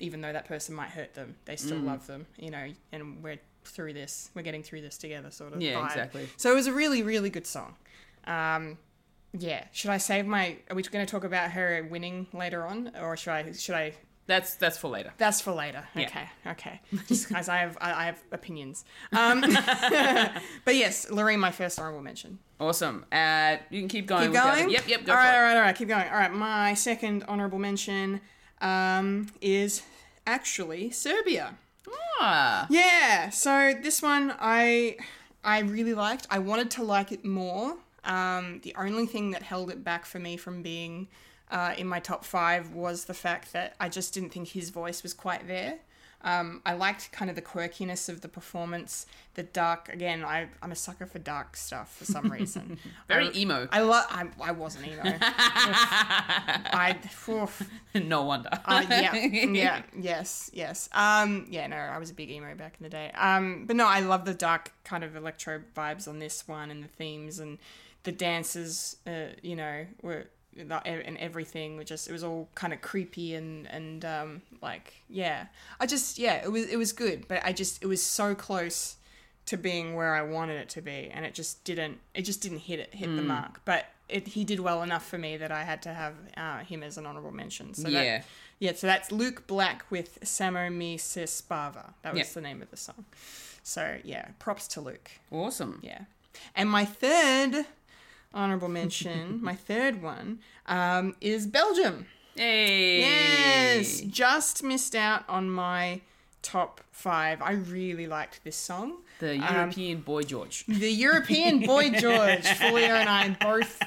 S2: even though that person might hurt them, they
S1: Mm.
S2: still love them, you know, and we're through this, we're getting through this together sort of
S1: Yeah,
S2: vibe.
S1: exactly.
S2: So it was a really, really good song. Um, yeah. Should I save my? Are we going to talk about her winning later on, or should I? Should I?
S1: That's that's for later.
S2: That's for later.
S1: Yeah.
S2: Okay, okay. Just because I have I, I have opinions. Um, but yes, Lorraine, my first honorable mention.
S1: Awesome. Uh, you can keep going.
S2: Keep
S1: with the other-
S2: going.
S1: Yep, yep. Go
S2: all
S1: for
S2: right,
S1: it.
S2: all right, all right. Keep going. All right. My second honorable mention um, is actually Serbia.
S1: Ah,
S2: Yeah. So this one I I really liked. I wanted to like it more. Um, the only thing that held it back for me from being uh, in my top five was the fact that I just didn't think his voice was quite there. Um, I liked kind of the quirkiness of the performance, the dark. Again, I, I'm a sucker for dark stuff for some reason.
S1: very
S2: I-
S1: emo.
S2: I love. I, I wasn't emo. I. oof.
S1: no wonder.
S2: Uh, yeah, yeah, yes, yes. Um, yeah, no, I was a big emo back in the day. Um, but no, I love the dark kind of electro vibes on this one, and the themes and the dances. Uh, you know, were e, and everything were just it was all kind of creepy and and um, like yeah. I just yeah, it was it was good, but I just it was so close to being where I wanted it to be, and it just didn't. It just didn't hit it hit the mark, but. It, he did well enough for me that I had to have uh, him as an honorable mention. So that-
S1: Yeah.
S2: yeah, so that's Luke Black with Samo Mi Sispava. That was
S1: Yeah.
S2: the name of the song. So yeah, props to Luke.
S1: Awesome.
S2: Yeah. And my third honorable mention, my third one, um, is Belgium.
S1: Hey.
S2: Yes, just missed out on my top five. I really liked this song.
S1: The European boy George.
S2: The European boy George, Folio and I both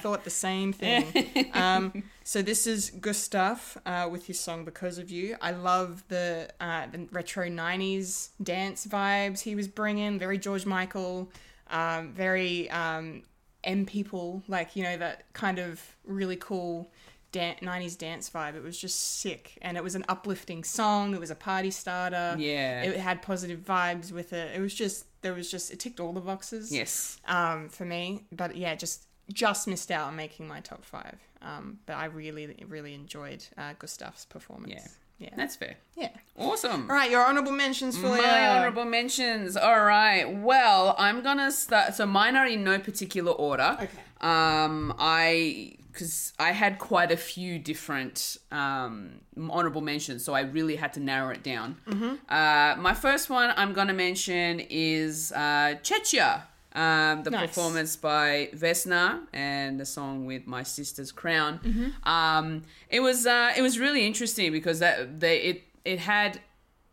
S2: thought the same thing. Um, so this is Gustav uh, with his song "Because of You." I love the, uh, the retro '90s dance vibes he was bringing. Very George Michael, um, very um, M people, like you know that kind of really cool. Dan- 90s dance vibe. It was just sick. And it was an uplifting song. It was a party starter.
S1: Yeah.
S2: It had positive vibes with it. It was just, there was just, it ticked all the boxes
S1: Yes.
S2: um, for me. But yeah, just just missed out on making my top five. Um, but I really really enjoyed uh, Gustav's performance. Yeah, yeah,
S1: That's fair.
S2: yeah.
S1: Awesome.
S2: All right, your honorable mentions for
S1: My honorable mentions. All right. Well, I'm gonna start. So mine are in no particular order.
S2: Okay.
S1: Um, I because I had quite a few different um honorable mentions, so I really had to narrow it down.
S2: Mm-hmm.
S1: Uh, my first one I'm gonna mention is uh, Chechia. Um, the
S2: Nice.
S1: performance by Vesna and the song with my sister's crown. Um, it was uh, it was really interesting because that they it it had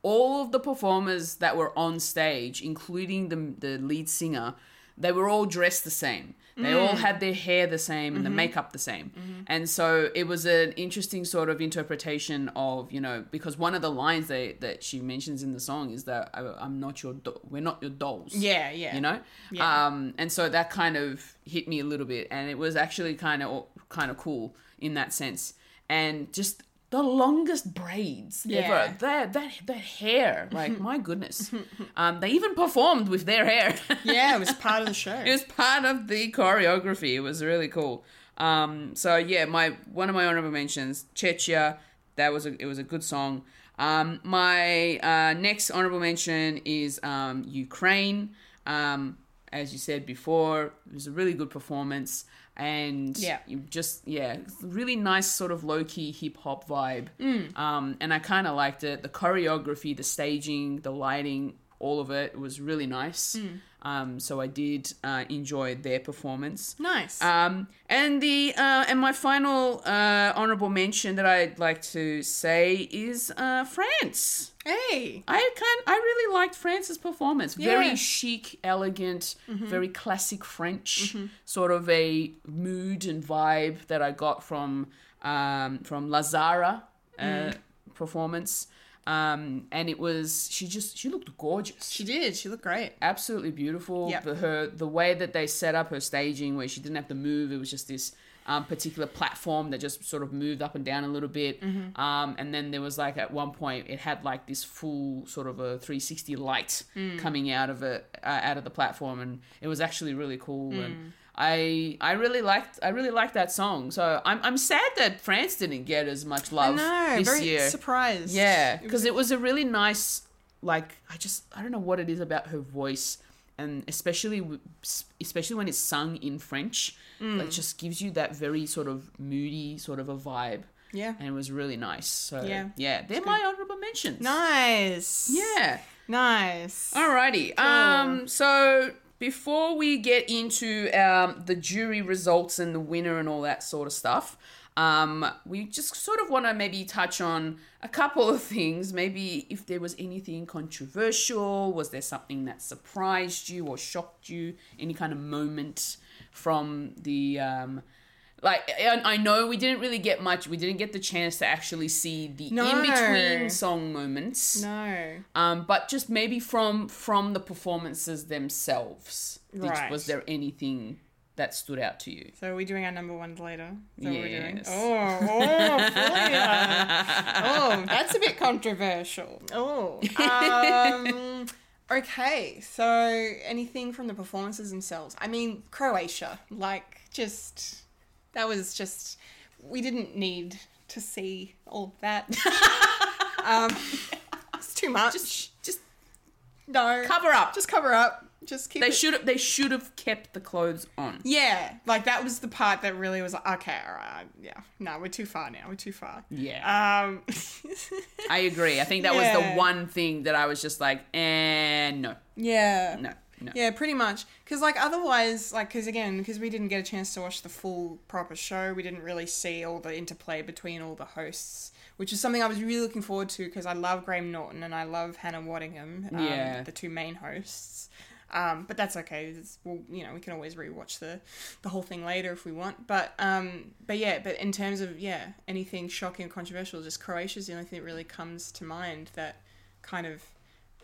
S1: all of the performers that were on stage, including the, the lead singer, they were all dressed the same. They all had their hair the same and the makeup the same. And so it was an interesting sort of interpretation of, you know, because one of the lines they, that she mentions in the song is that I, I'm not your, do- we're not your dolls.
S2: Yeah, yeah.
S1: You know?
S2: Yeah.
S1: Um, and so that kind of hit me a little bit. And it was actually kind of, kind of cool in that sense. And just the longest braids
S2: Yeah.
S1: ever that that that hair like my goodness um they even performed with their hair
S2: yeah, it was part of the show.
S1: it was part of the choreography it was really cool um so yeah my one of my honorable mentions chechia that was a it was a good song um my uh next honorable mention is um ukraine um as you said before it was a really good performance and
S2: Yeah.
S1: you just yeah it's a really nice sort of low-key hip-hop vibe um, and i kind of liked it the choreography the staging the lighting all of it was really nice um, so i did uh, enjoy their performance
S2: nice.
S1: um, and the uh, and my final uh, honorable mention that i'd like to say is uh, france
S2: hey,
S1: I kind I really liked France's performance.
S2: Yeah. Mm-hmm.
S1: Very chic, elegant, very classic French sort of a mood and vibe that I got from um, from Lazara uh,
S2: Mm.
S1: performance. Um, and it was she just she looked gorgeous
S2: she did. She looked great.
S1: absolutely beautiful.
S2: Yep.
S1: The, her the way that they set up her staging, where she didn't have to move, it was just this um, particular platform that just sort of moved up and down a little bit.
S2: Mm-hmm.
S1: Um, and then there was like at one point it had like this full sort of a 360 light
S2: Mm.
S1: coming out of it uh, out of the platform, and it was actually really cool.
S2: Mm.
S1: And I I really liked I really liked that song. So I'm I'm sad that France didn't get as much love
S2: No,
S1: this
S2: very
S1: year.
S2: surprised.
S1: Yeah,
S2: It
S1: because it was a really nice, like I just I don't know what it is about her voice. and especially w- s- especially when it's sung in French,
S2: Mm.
S1: like just gives you that very sort of moody sort of a vibe,
S2: Yeah.
S1: and it was really nice. So yeah,
S2: Yeah.
S1: they're my honorable mentions.
S2: Nice.
S1: Yeah.
S2: Nice.
S1: Alrighty. Um. So before we get into um, the jury results and the winner and all that sort of stuff, um, we just sort of want to maybe touch on a couple of things. Maybe if there was anything controversial, was there something that surprised you or shocked you? Any kind of moment from the um. Like I I know we didn't really get much. We didn't get the chance to actually see the
S2: No.
S1: in between song moments
S2: No.
S1: um, but just maybe from from the performances themselves did-
S2: Right.
S1: was there anything that stood out to you
S2: So are we doing our number ones later? Is that what we're doing?
S1: Yes.
S2: Oh, oh, Fulia. oh, that's a bit controversial. Oh. Um, okay, so anything from the performances themselves? I mean, Croatia, like, just, that was just, we didn't need to see all of that. um, it's too much.
S1: just just
S2: no.
S1: cover up
S2: Just cover up. Just keep
S1: they
S2: it
S1: should they should have kept the clothes on
S2: yeah, like that was the part that really was like, okay, all right, yeah, no, we're too far now, we're too far.
S1: yeah
S2: Um,
S1: i agree i think that was
S2: yeah.
S1: the one thing that i was just like and no
S2: yeah,
S1: no no
S2: yeah, pretty much, because like otherwise, like because again, because we didn't get a chance to watch the full proper show, we didn't really see all the interplay between all the hosts, which is something I was really looking forward to because I love Graham Norton and I love Hannah Waddingham, um,
S1: Yeah.
S2: the two main hosts. Um, but that's okay. It's, well, you know, we can always rewatch the the whole thing later if we want. But um, but yeah, but in terms of yeah, anything shocking or controversial, just Croatia's the only thing that really comes to mind that kind of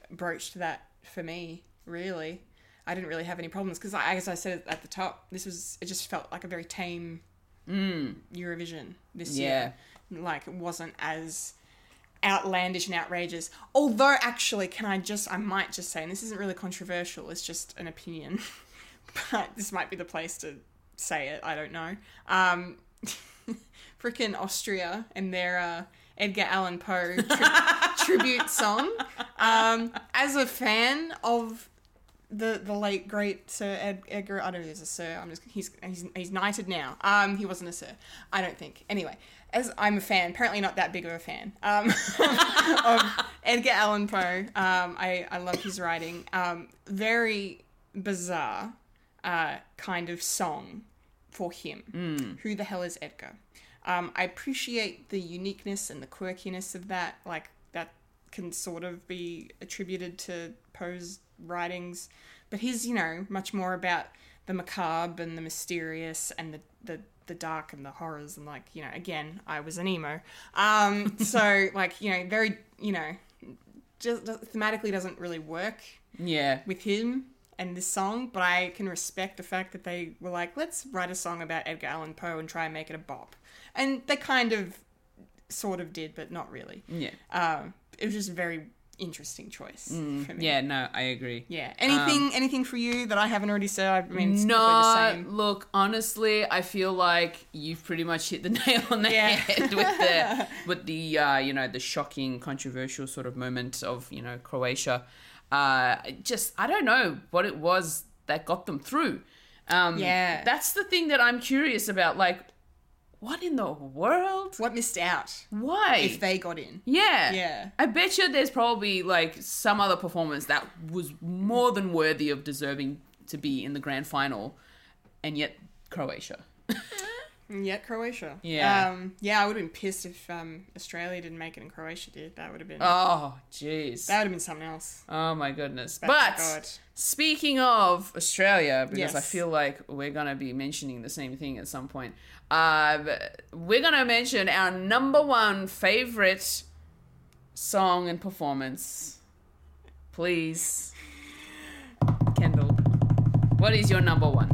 S2: broached that for me. Really, I didn't really have any problems because, I, as I said at the top, this was it just felt like a very tame Eurovision this
S1: Yeah.
S2: year. Like it wasn't as outlandish and outrageous. Although, actually, can I just, I might just say, and this isn't really controversial, it's just an opinion, but this might be the place to say it, I don't know. Um, Frickin' Austria and their uh, Edgar Allan Poe tri- tribute song. Um, as a fan of the the late great Sir Ed, Edgar. I don't know if he's a sir. I'm just he's he's he's knighted now. Um, he wasn't a sir. I don't think. Anyway, as I'm a fan, apparently not that big of a fan. Um, of Edgar Allan Poe. Um, I I love his writing. Um, very bizarre, uh, kind of song for him. Who the hell is Edgar? Um, I appreciate the uniqueness and the quirkiness of that. Like that can sort of be attributed to Poe's writings, but his, you know, much more about the macabre and the mysterious and the the, the dark and the horrors and like you know, again, I was an emo, um, so like you know, very you know, just thematically doesn't really work
S1: yeah
S2: with him and this song, but I can respect the fact that they were like, let's write a song about Edgar Allan Poe and try and make it a bop. And they kind of, sort of did, but not really.
S1: yeah
S2: Um, it was just a very interesting choice for me.
S1: yeah no i agree
S2: Yeah. Anything, anything for you that I haven't already said? I mean, it's probably the
S1: No,
S2: same.
S1: look, honestly, I feel like you've pretty much hit the nail on the
S2: Yeah.
S1: head with the with the uh, you know the shocking, controversial sort of moment of you know Croatia. Uh, it just I don't know what it was that got them through. Um,
S2: Yeah.
S1: that's the thing that I'm curious about. Like, what in the world?
S2: What missed out
S1: Why?
S2: if they got in?
S1: yeah,
S2: Yeah.
S1: I bet you there's probably like some other performance that was more than worthy of deserving to be in the grand final, and yet Croatia.
S2: Yet Croatia.
S1: Yeah.
S2: Um, yeah, I would have been pissed if um, Australia didn't make it and Croatia did. That would have been.
S1: Oh, jeez.
S2: that would have been something else.
S1: Oh my goodness.
S2: But
S1: but
S2: God.
S1: speaking of Australia, because I
S2: Yes.
S1: feel like we're gonna be mentioning the same thing at some point. Uh, but we're gonna mention our number one favorite song and performance. Please, Kendall, what is your number one?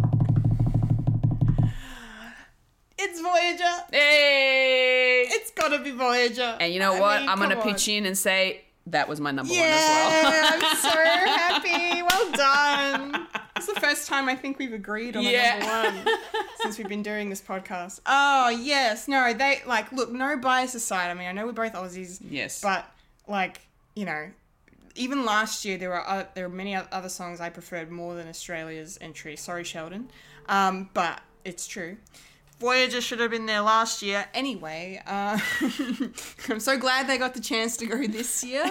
S2: It's Voyager.
S1: Hey!
S2: It's gotta be Voyager.
S1: And you know what? I'm gonna pitch
S2: you.
S1: in and say that was my number one as well.
S2: Yeah, I'm so happy. Well done. It's the first time I think we've agreed on
S1: Yeah.
S2: a number one since we've been doing this podcast. Oh yes, no, they like look no bias aside. I mean, I know we're both Aussies,
S1: Yes.
S2: but like you know, even last year, there were other, there were many o- other songs I preferred more than Australia's entry. Sorry, Sheldon, um, but it's true. Voyager should have been there last year anyway. Uh, I'm so glad they got the chance to go this year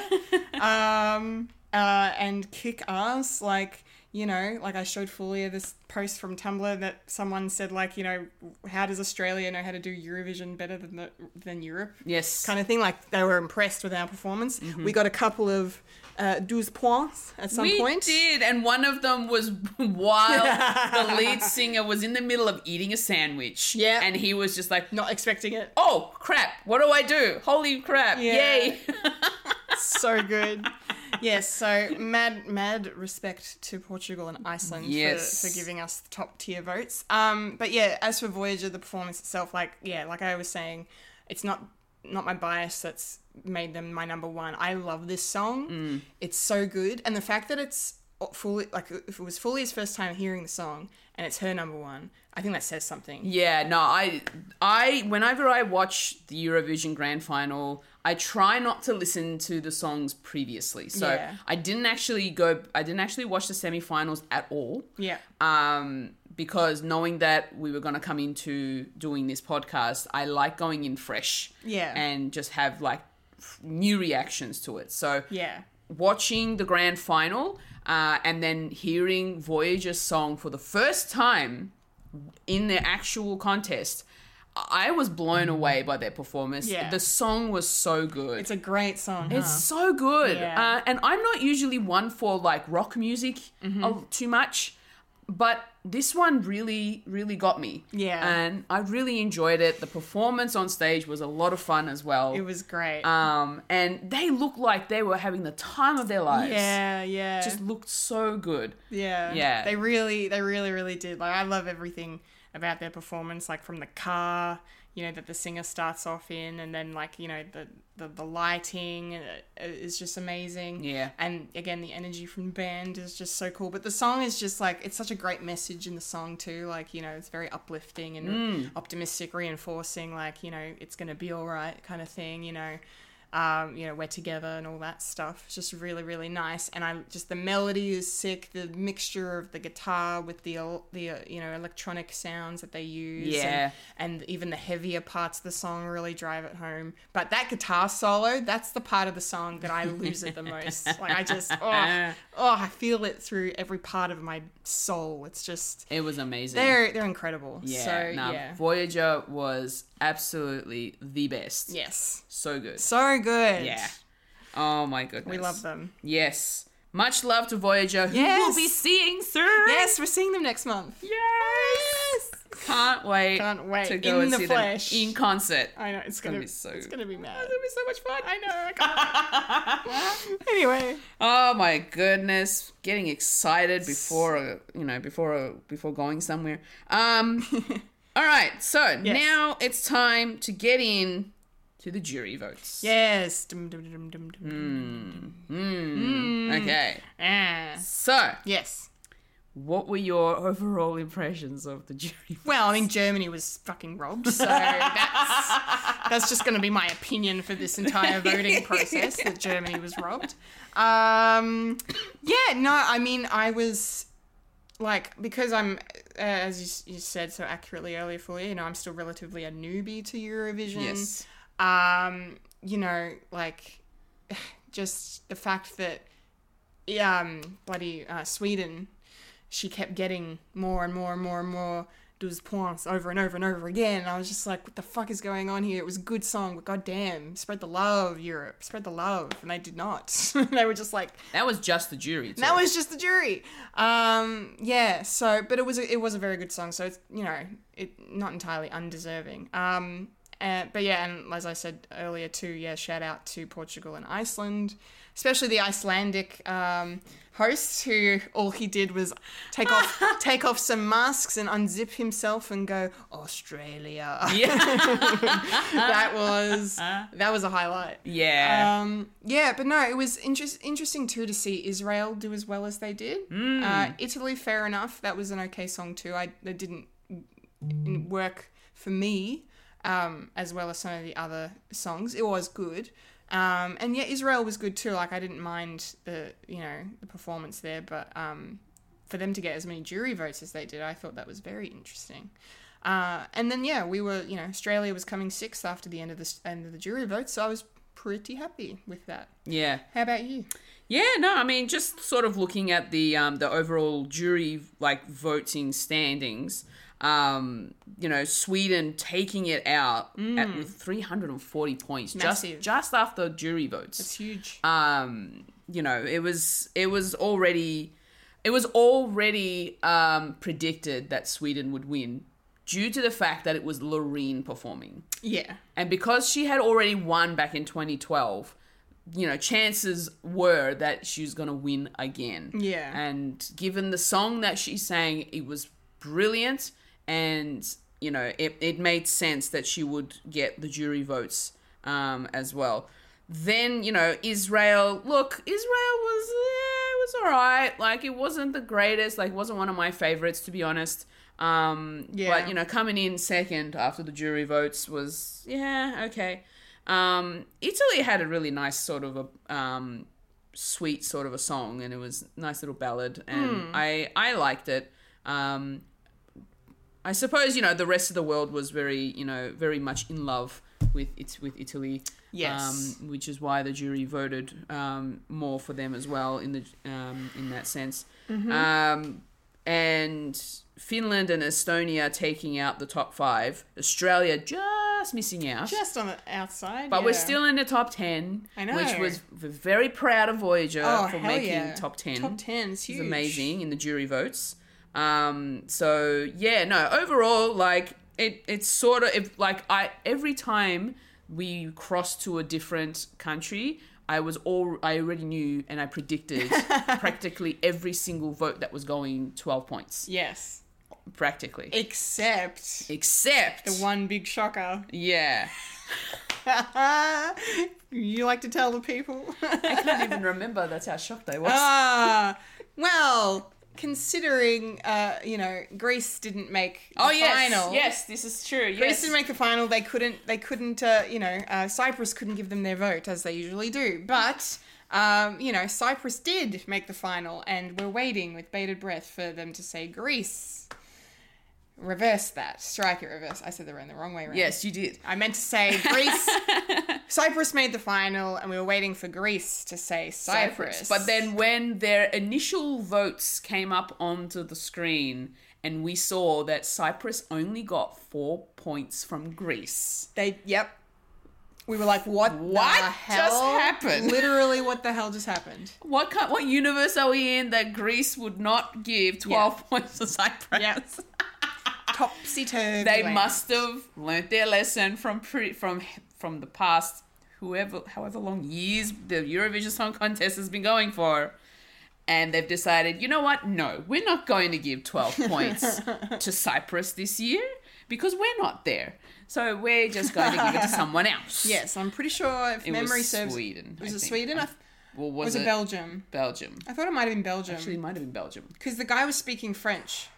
S2: um, uh, and kick ass. Like, you know, like I showed Fulia this post from Tumblr that someone said, like, you know, how does Australia know how to do Eurovision better than the, than Europe?
S1: Yes.
S2: Kind of thing. Like, they were impressed with our performance. We got a couple of uh, 12 points at some
S1: Mm-hmm. we
S2: point.
S1: did, and one of them was while the lead singer was in the middle of eating a sandwich.
S2: Yeah.
S1: And he was just like,
S2: Not expecting it.
S1: oh, crap, what do I do? Holy crap,
S2: Yeah.
S1: yay.
S2: so good. Yes, so mad, mad respect to Portugal and Iceland
S1: Yes.
S2: for, for giving us the top tier votes. Um, but yeah, as for Voyager, the performance itself, like yeah, like I was saying, it's not not my bias that's made them my number one. I love this song.
S1: Mm.
S2: It's so good, and the fact that it's fully like if it was Fully's first time hearing the song and it's her number one, I think that says something.
S1: Yeah, no, I I whenever I watch the Eurovision Grand Final, I try not to listen to the songs previously. So
S2: Yeah.
S1: I didn't actually go I didn't actually watch the semifinals at all.
S2: Yeah,
S1: Um because knowing that we were going to come into doing this podcast, I like going in fresh.
S2: Yeah.
S1: And just have like f- new reactions to it. So
S2: yeah,
S1: watching the grand final uh, and then hearing Voyager's song for the first time in the actual contest, I was blown away by their performance.
S2: Yeah.
S1: The song was so good.
S2: it's a great song. huh?
S1: It's so good.
S2: Yeah.
S1: Uh, and I'm not usually one for like rock music
S2: Mm-hmm.
S1: uh, too much, but this one really, really got me.
S2: Yeah.
S1: And I really enjoyed it. The performance on stage was a lot of fun as well.
S2: it was great.
S1: Um, and they looked like they were having the time of their lives.
S2: yeah, yeah.
S1: Just looked so good.
S2: Yeah.
S1: Yeah.
S2: They really, they really, really did. Like, I love everything about their performance, like from the car, you know, that the singer starts off in, and then, like, you know, the, the, the lighting uh, is just amazing.
S1: Yeah.
S2: And again, the energy from the band is just so cool. But the song is just like, it's such a great message in the song, too. Like, you know, it's very uplifting and optimistic, reinforcing, like, you know, it's going to be all right kind of thing, you know um, you know, we're together and all that stuff. It's just really, really nice. And I just the melody is sick. The mixture of the guitar with the el- the uh, you know electronic sounds that they use.
S1: Yeah.
S2: And, and even the heavier parts of the song really drive it home. But that guitar solo, that's the part of the song that I lose it the most. Like I just oh, oh I feel it through every part of my soul. It's just
S1: It was amazing.
S2: they're they're incredible.
S1: yeah.
S2: So
S1: nah,
S2: yeah.
S1: Voyager was absolutely the best.
S2: yes.
S1: So good.
S2: So good.
S1: Yeah. Oh my goodness.
S2: We love them.
S1: Yes. Much love to Voyager, who
S2: Yes.
S1: we'll be seeing soon.
S2: Yes, we're seeing them next month.
S1: Yes. Can't wait.
S2: Can't wait.
S1: to go
S2: In
S1: and
S2: the
S1: see
S2: flesh.
S1: them in concert.
S2: I know it's
S1: gonna
S2: gonna,
S1: be so-
S2: it's gonna be mad.
S1: It'll be so much fun.
S2: I know. I can't. anyway,
S1: Oh my goodness, getting excited before a, you know before a, before going somewhere. Um, all right, so now it's time to get in to the jury votes.
S2: yes. Dum, dum, dum, dum, dum, dum.
S1: Hmm.
S2: Hmm.
S1: Okay,
S2: Ah.
S1: so
S2: Yes.
S1: what were your overall impressions of the jury? votes?
S2: Well, I mean, Germany was fucking robbed, so that's that's just going to be my opinion for this entire voting process that Germany was robbed. Um, yeah, no, I mean, I was like because I'm, uh, as you, s- you said so accurately earlier, for you know, I'm still relatively a newbie to Eurovision.
S1: Yes.
S2: um, you know, like just the fact that um, bloody uh, Sweden, she kept getting more and more and more and more dos points over and over and over again. And I was just like, what the fuck is going on here? It was a good song, but goddamn, spread the love, Europe, spread the love. And they did not. they were just like,
S1: That was just the jury. too.
S2: that was just the jury. Um, yeah. So, but it was a, it was a very good song. So it's you know it not entirely undeserving. Um, uh, but yeah, and as I said earlier too, yeah, shout out to Portugal and Iceland, especially the Icelandic um, host who all he did was take off take off some masks and unzip himself and go Australia.
S1: yeah,
S2: that was that was a highlight.
S1: yeah.
S2: Um, yeah, but no, it was interest- interesting too to see Israel do as well as they did. Uh, Italy, fair enough. That was an okay song too. I that didn't n- work for me um, as well as some of the other songs. It was good. Um, and yeah, Israel was good too. Like I didn't mind the you know the performance there, but um, for them to get as many jury votes as they did, I thought that was very interesting. Uh, and then yeah, we were you know Australia was coming sixth after the end of the s- end of the jury votes, so I was pretty happy with that.
S1: Yeah.
S2: How about you?
S1: Yeah, no, I mean, just sort of looking at the um, the overall jury like voting standings, um, you know, Sweden taking it out at, with 340 points
S2: Massive.
S1: just just after jury votes
S2: It's huge.
S1: um you know it was it was already it was already um predicted that sweden would win due to the fact that it was loreen performing
S2: yeah,
S1: and because she had already won back in 2012 you know chances were that she was going to win again
S2: Yeah.
S1: and given the song that she sang it was brilliant and you know it, it made sense that she would get the jury votes um, as well then you know israel look israel was eh, it was all right like it wasn't the greatest like wasn't one of my favorites to be honest um
S2: Yeah.
S1: but you know coming in second after the jury votes was yeah okay um italy had a really nice sort of a um sweet sort of a song and it was a nice little ballad and
S2: Hmm.
S1: I I liked it. Um I suppose you know the rest of the world was very you know very much in love with it's with Italy.
S2: Yes.
S1: Um, which is why the jury voted um, more for them as well in the um, in that sense.
S2: Mm-hmm.
S1: Um, and Finland and Estonia taking out the top five. Australia just missing out.
S2: just on the outside.
S1: But we're
S2: yeah.
S1: still in the top 10.
S2: I know.
S1: Which was we're very proud of Voyager
S2: Oh,
S1: for
S2: hell
S1: making
S2: yeah.
S1: top 10.
S2: top ten. It's
S1: It's
S2: huge.
S1: amazing in the jury votes. Um, so yeah, no, overall, like it, it's sort of if like I every time we crossed to a different country, I was all I already knew and I predicted practically every single vote that was going twelve points,
S2: Yes,
S1: practically,
S2: except
S1: E- except
S2: the one big shocker.
S1: yeah.
S2: you like to tell the people.
S1: I can't even remember. That's how shocked I was.
S2: Ah, well, considering uh, you know Greece didn't make the
S1: oh yes,
S2: final.
S1: yes, this is true. Yes.
S2: Greece didn't make the final. They couldn't. They couldn't. Uh, you know, uh, Cyprus couldn't give them their vote as they usually do. But um, you know, Cyprus did make the final, and we're waiting with bated breath for them to say Greece. Reverse that. Strike it. Reverse. I said the wrong the wrong way around.
S1: Yes, you did.
S2: I meant to say Greece. Cyprus made the final, and we were waiting for Greece to say Cyprus.
S1: But then when their initial votes came up onto the screen and we saw that Cyprus only got four points from Greece.
S2: They, yep. We were like, what?
S1: What
S2: the hell?
S1: just happened?
S2: Literally, what the hell just happened?
S1: What kind, what universe are we in that Greece would not give twelve points to Cyprus?
S2: Topsy turvy.
S1: they must have learnt their lesson from pre- from from the past whoever however long years the Eurovision Song Contest has been going for and they've decided you know what no we're not going to give 12 points to Cyprus this year because we're not there so we're just going to give it to someone else
S2: Yes, I'm pretty sure if
S1: it
S2: memory
S1: was
S2: serves.
S1: Sweden
S2: Was
S1: I
S2: it
S1: think.
S2: Sweden? I, th-
S1: well was,
S2: was
S1: it,
S2: it Belgium?
S1: Belgium
S2: I thought it might have been
S1: actually
S2: Belgium
S1: it might have been Belgium
S2: because the guy was speaking French.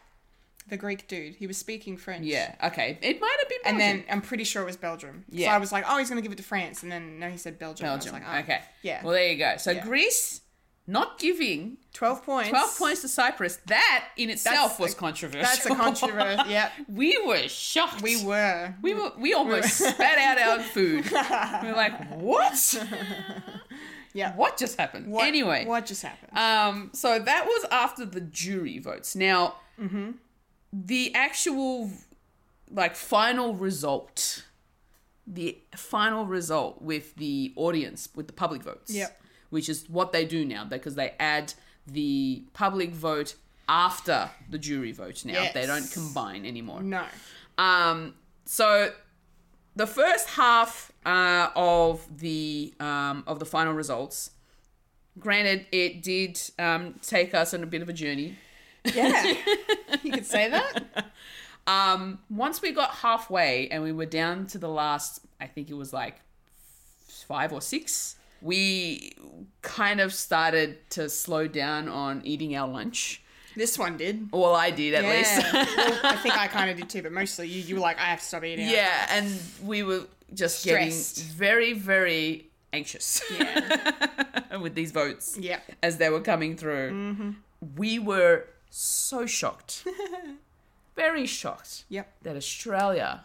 S2: The Greek dude, he was speaking French.
S1: yeah okay it might have been Belgium
S2: And then I'm pretty sure it was Belgium. So
S1: Yeah.
S2: I was like, oh, he's going to give it to France. And then, no, he said Belgium.
S1: Belgium
S2: I was like, oh,
S1: okay
S2: Yeah.
S1: well there you go so
S2: Yeah.
S1: Greece not giving
S2: 12 points.
S1: 12 points to Cyprus. That in itself
S2: That's
S1: was
S2: a-
S1: controversial.
S2: That's a controversy. yep.
S1: we were shocked.
S2: We were.
S1: We were. We almost spat out our food. we were like, what?
S2: Yeah.
S1: What just happened?
S2: What-
S1: anyway.
S2: What just happened?
S1: Um. So that was after the jury votes. Now,
S2: Mm-hmm.
S1: the actual, like, final result, the final result with the audience, with the public votes.
S2: Yep.
S1: Which is what they do now because they add the public vote after the jury vote now. They
S2: Yes.
S1: don't combine anymore.
S2: no.
S1: Um, so the first half uh, of the um, of the final results, granted, it did um, take us on a bit of a journey.
S2: Yeah. you could say that.
S1: Um, once we got halfway and we were down to the last, I think it was like five or six. We kind of started to slow down on eating our lunch.
S2: This one did.
S1: Well, I did at least.
S2: well, I think I kind of did too, but mostly you, you were like, I have to stop eating.
S1: Yeah, and we were just getting
S2: Stressed.
S1: very, very anxious
S2: Yeah.
S1: with these votes
S2: Yeah.
S1: as they were coming through. We were so shocked, very shocked,
S2: Yep.
S1: that Australia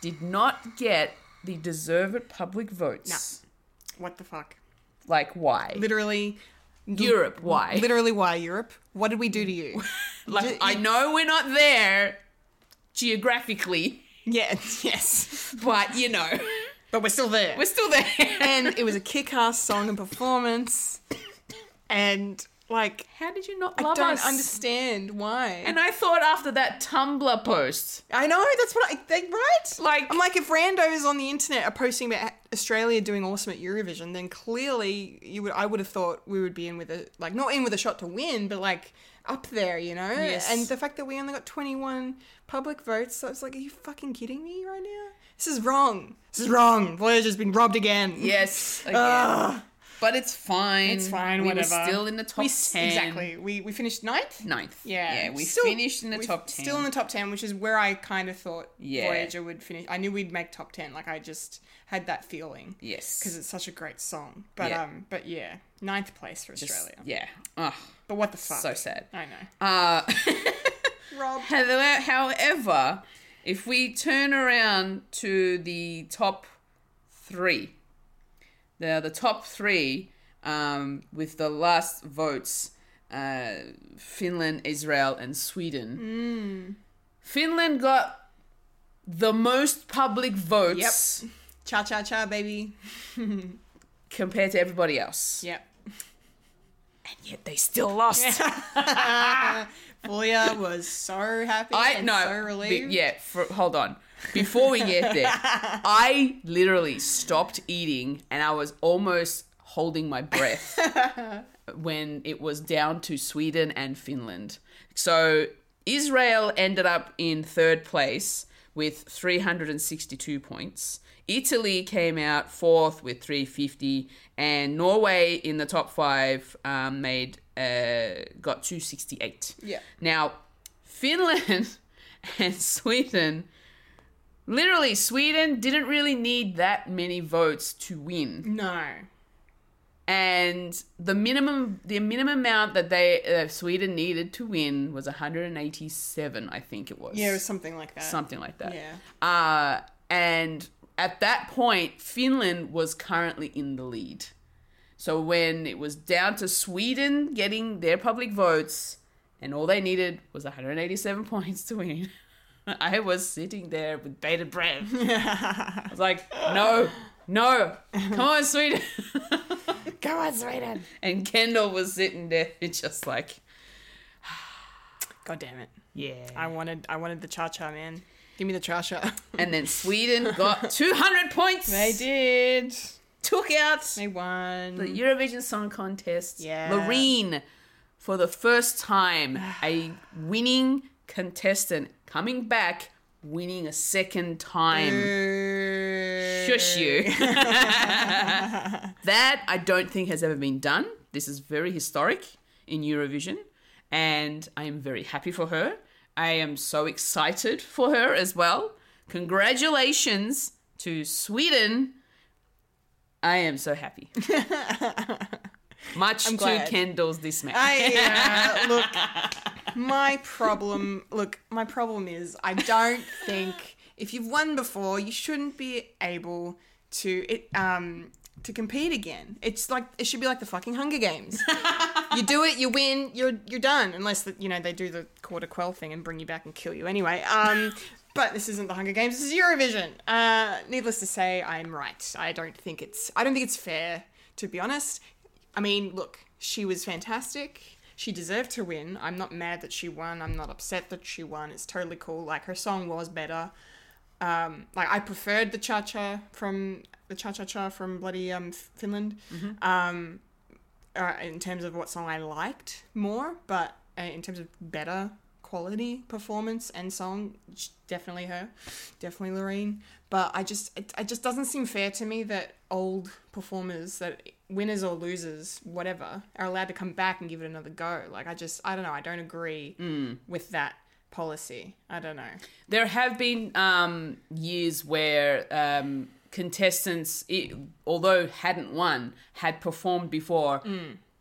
S1: did not get the deserved public votes.
S2: What the fuck?
S1: Like, why?
S2: Literally.
S1: Europe, why?
S2: Literally, why Europe? What did we do to you?
S1: like,
S2: Ju-
S1: I know we're not there geographically,
S2: yeah, yes.
S1: but you know,
S2: But we're still there.
S1: we're still there.
S2: and it was a kick ass song and performance. And, like,
S1: How did you not
S2: I
S1: love
S2: don't
S1: us?
S2: understand why.
S1: And I thought after that Tumblr post,
S2: I know that's what I think, right?
S1: Like-
S2: I'm like, if randos on the internet are posting about Australia doing awesome at Eurovision, then clearly you would. I would have thought we would be in with a like not in with a shot to win, but like up there, you know.
S1: Yes.
S2: And the fact that we only got 21 public votes, I was like, are you fucking kidding me right now? This is wrong. This is wrong. Voyager's been robbed again.
S1: yes, again.
S2: Ugh.
S1: but it's fine.
S2: It's fine,
S1: We
S2: whatever.
S1: were still in the top
S2: We s-
S1: ten.
S2: exactly. We we finished ninth.
S1: Ninth.
S2: Yeah,
S1: Yeah, we
S2: Still-
S1: finished in the
S2: we-
S1: top ten.
S2: Still in the top ten, which is where I kind of thought
S1: Yeah.
S2: Voyager would finish. I knew we'd make top ten. Like I just had that feeling
S1: yes.
S2: because it's such a great song. But
S1: Yeah.
S2: um, but yeah, ninth place for
S1: Just-
S2: Australia.
S1: Yeah. Ugh,
S2: But what the fuck?
S1: so sad.
S2: I know.
S1: Uh,
S2: Rob.
S1: however, however, if we turn around to the top three, the the top three um, with the last votes, uh, Finland, Israel, and Sweden. Finland got the most public votes
S2: Cha cha cha, baby.
S1: compared to everybody else,
S2: Yep.
S1: and yet they still lost.
S2: Voya was so happy.
S1: I
S2: and
S1: no,
S2: So
S1: be-
S2: relieved.
S1: yeah. For, hold on, before we get there, I literally stopped eating and I was almost holding my breath when it was down to Sweden and Finland. So Israel ended up in third place with 362 points. Italy came out fourth with 350, and Norway in the top five um, made uh, got 268.
S2: Yeah.
S1: Now, Finland and Sweden, literally, Sweden didn't really need that many votes to win,
S2: No.
S1: and the minimum the minimum amount that they uh, Sweden needed to win was 187, I think it was.
S2: Yeah, it was something like that.
S1: something like that.
S2: Yeah.
S1: Uh, and at that point, Finland was currently in the lead. So when it was down to Sweden getting their public votes, and all they needed was 187 points to win, I was sitting there with bated breath. I was like, no, no, come on, Sweden.
S2: Go on, Sweden.
S1: and Kendall was sitting there just like,
S2: God damn it.
S1: yeah.
S2: I wanted I wanted the cha cha man. Give me the cha cha.
S1: And then Sweden got 200 points.
S2: did.
S1: Took out
S2: They won.
S1: the Eurovision Song Contest.
S2: Yeah.
S1: Loreen, for the first time, a winning contestant coming back, winning a second
S2: Mm.
S1: time. Shush you. that I don't think has ever been done. This is very historic in Eurovision, and I am very happy for her. I am so excited for her as well. Congratulations to Sweden. I am so happy. Much to
S2: glad.
S1: Kendall's dismay.
S2: I, uh, look, my problem. Look, my problem is I don't think if you've won before, you shouldn't be able to it um to compete again. It's like it should be like the fucking Hunger Games. you do it, you win, you're you're done. Unless that you know they do the quarter quell thing and bring you back and kill you anyway. Um. But this isn't the Hunger Games. This is Eurovision. Uh, needless to say, I'm right. I don't think it's. I don't think it's fair. To be honest, I mean, look, she was fantastic. She deserved to win. I'm not mad that she won. I'm not upset that she won. It's totally cool. Like her song was better. Um, like I preferred the cha cha from the cha cha cha from bloody um Finland. Um, uh, in terms of what song I liked more, but uh, in terms of better quality performance and song, sh- definitely her, definitely Loreen. But I just, it, it just doesn't seem fair to me that old performers, that winners or losers, whatever, are allowed to come back and give it another go. Like I just, I don't know, I don't agree with that policy. I don't know.
S1: There have been um, years where um, contestants, i although hadn't won, had performed before,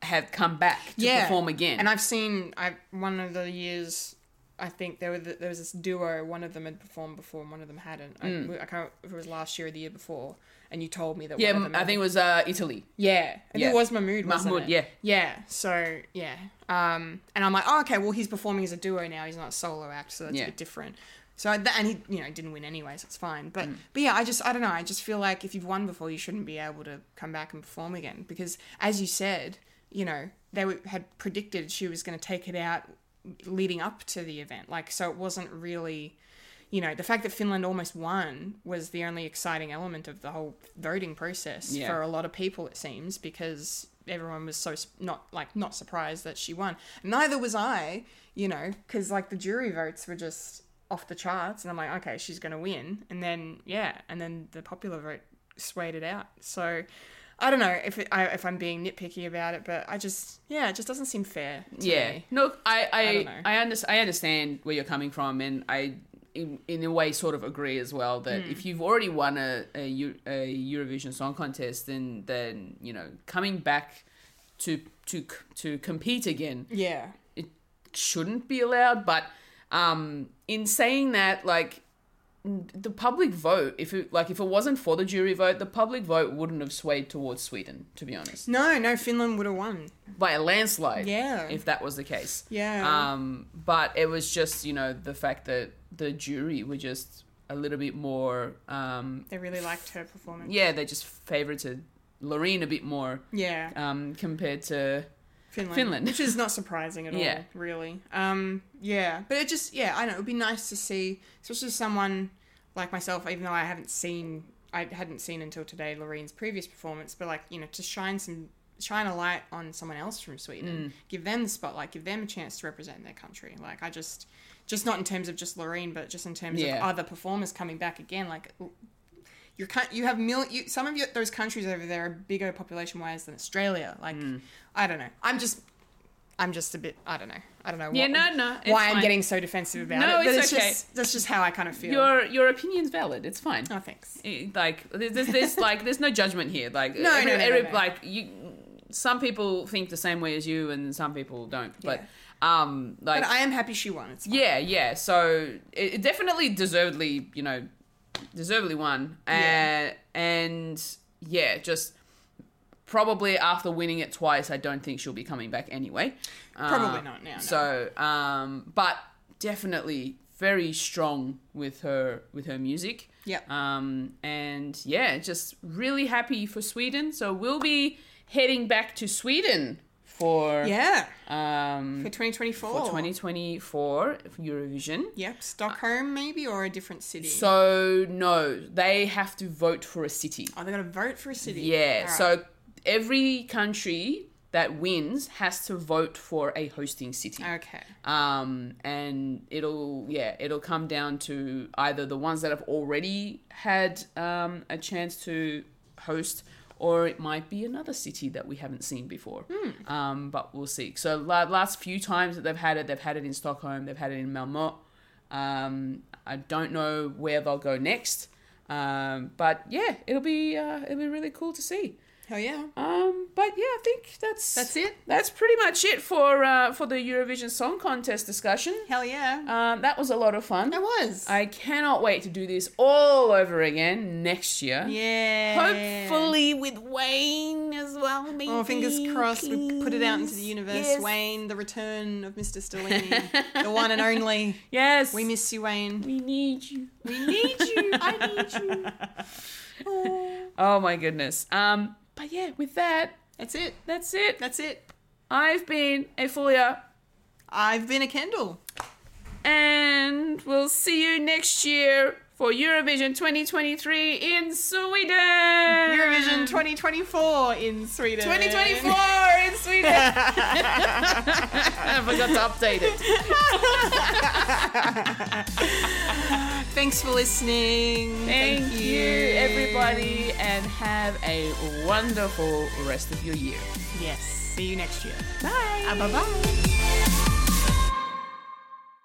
S1: have come back to perform again.
S2: Mm. And I've seen I one of the years. I think there were the, there was this duo. One of them had performed before, and one of them hadn't.
S1: Hmm.
S2: I, I can't if it was last year or the year before. And you told me that.
S1: yeah,
S2: one of
S1: m-
S2: them
S1: I
S2: hadn't.
S1: think it was uh, Italy.
S2: Yeah, I think
S1: Yeah.
S2: it was Mahmood. Wasn't
S1: Mahmood,
S2: it?
S1: yeah.
S2: yeah. So yeah, um, and I'm like, oh, okay. Well, he's performing as a duo now. He's not a solo act, so that's
S1: Yeah.
S2: a bit different. So I, and he, you know, didn't win anyway, so it's fine. But
S1: Mm.
S2: but yeah, I just I don't know. I just feel like if you've won before, you shouldn't be able to come back and perform again because, as you said, you know, they were, had predicted she was going to take it out leading up to the event. Like, so it wasn't really you know, the fact that Finland almost won was the only exciting element of the whole voting process
S1: Yeah.
S2: for a lot of people, it seems, because everyone was so s- not like not surprised that she won. Neither was I, you know, because like the jury votes were just off the charts, and I'm like, okay, she's gonna win, and then yeah, and then the popular vote swayed it out. So I don't know if it, I, if I'm being nitpicky about it, but I just yeah, it just doesn't seem fair. to
S1: yeah.
S2: me.
S1: No, I I
S2: I don't
S1: I,
S2: know.
S1: under, I understand where you're coming from, and I in, in a way sort of agree as well that
S2: Mm.
S1: if you've already won a, a Eu- a Eurovision Song Contest, then then you know coming back to to c- to compete again
S2: yeah,
S1: it shouldn't be allowed. But um, in saying that, like n- the public vote, if it like if it wasn't for the jury vote, the public vote wouldn't have swayed towards Sweden, to be honest,
S2: no, no, Finland would have won.
S1: by a landslide.
S2: Yeah.
S1: if that was the case.
S2: Yeah.
S1: Um, but it was just you know the fact that the jury were just a little bit more. Um,
S2: They really liked her performance.
S1: yeah, they just favorited Lorene a bit more
S2: Yeah,
S1: um, compared to
S2: Finland.
S1: Finland.
S2: which is not surprising at all,
S1: Yeah.
S2: really. Um, yeah, but it just yeah, I know it would be nice to see, especially someone like myself, even though I haven't seen, I hadn't seen until today Lorene's previous performance, but like you know, to shine some shine a light on someone else from
S1: Mm.
S2: Sweden, give them the spotlight, give them a chance to represent their country. Like I just, just not in terms of just Lorene, but just in terms of
S1: Yeah.
S2: other performers coming back again, like. You're, coun- you have mil- you, some of your, those countries over there are bigger population wise than Australia. Like,
S1: Hmm.
S2: I don't know. I'm just I'm just a bit. I don't know. I don't know.
S1: Yeah,
S2: what-
S1: no, no, it's
S2: why
S1: fine.
S2: I'm getting so defensive about
S1: No,
S2: it. but
S1: it's okay.
S2: Just, that's just how I kind of feel.
S1: your your opinion's valid. It's fine.
S2: oh, thanks.
S1: it- like there's, there's, there's like there's no judgment here like
S2: No,
S1: every,
S2: no, no,
S1: every-
S2: no, no.
S1: like you some people think the same way as you and some people don't but um like
S2: But I am happy she won. It's fine.
S1: yeah yeah so it, it definitely deservedly you know deservedly won
S2: Yeah.
S1: Uh, and yeah just probably after winning it twice i don't think she'll be coming back anyway Uh,
S2: Probably not now, no.
S1: so um but definitely very strong with her with her music
S2: Yep.
S1: um, and yeah, just really happy for Sweden. So we'll be heading back to Sweden for
S2: yeah.
S1: um
S2: For 2024.
S1: for 2024 for Eurovision.
S2: Yep. Stockholm maybe or a different city.
S1: So no, they have to vote for a city.
S2: oh, they got to vote for a city.
S1: Yeah.
S2: All right.
S1: So every country that wins has to vote for a hosting city.
S2: Okay.
S1: um and it'll yeah it'll come down to either the ones that have already had um a chance to host or it might be another city that we haven't seen before um but we'll see so la- last few times that they've had it they've had it in Stockholm they've had it in Malmo um I don't know where they'll go next um but yeah it'll be uh, it'll be really cool to see
S2: Hell yeah.
S1: um, but yeah, I think that's
S2: That's it?
S1: That's pretty much it for uh, for the Eurovision Song Contest discussion.
S2: Hell yeah.
S1: Um, that was a lot of fun.
S2: it was.
S1: I cannot wait to do this all over again next year.
S2: yeah.
S1: Hopefully with Wayne as well. Maybe.
S2: Oh, fingers crossed. We put it out into the
S1: please.
S2: universe.
S1: Yes.
S2: Wayne, the return of Mr. Stellini, the one and only.
S1: Yes.
S2: We miss you, Wayne.
S1: We need you. We need you. I need you.
S2: Oh.
S1: Oh my goodness. Um, but yeah, with that,
S2: That's it.
S1: that's it.
S2: That's it.
S1: I've been a folia.
S2: I've been a Kendall.
S1: And we'll see you next year for Eurovision 2023 in Sweden.
S2: Eurovision 2024 in Sweden.
S1: 2024 in Sweden. I forgot to update it.
S2: Thanks for listening.
S1: Thank, you, everybody, and have a wonderful rest of your year.
S2: Yes. See you next year.
S1: Bye.
S2: Bye bye.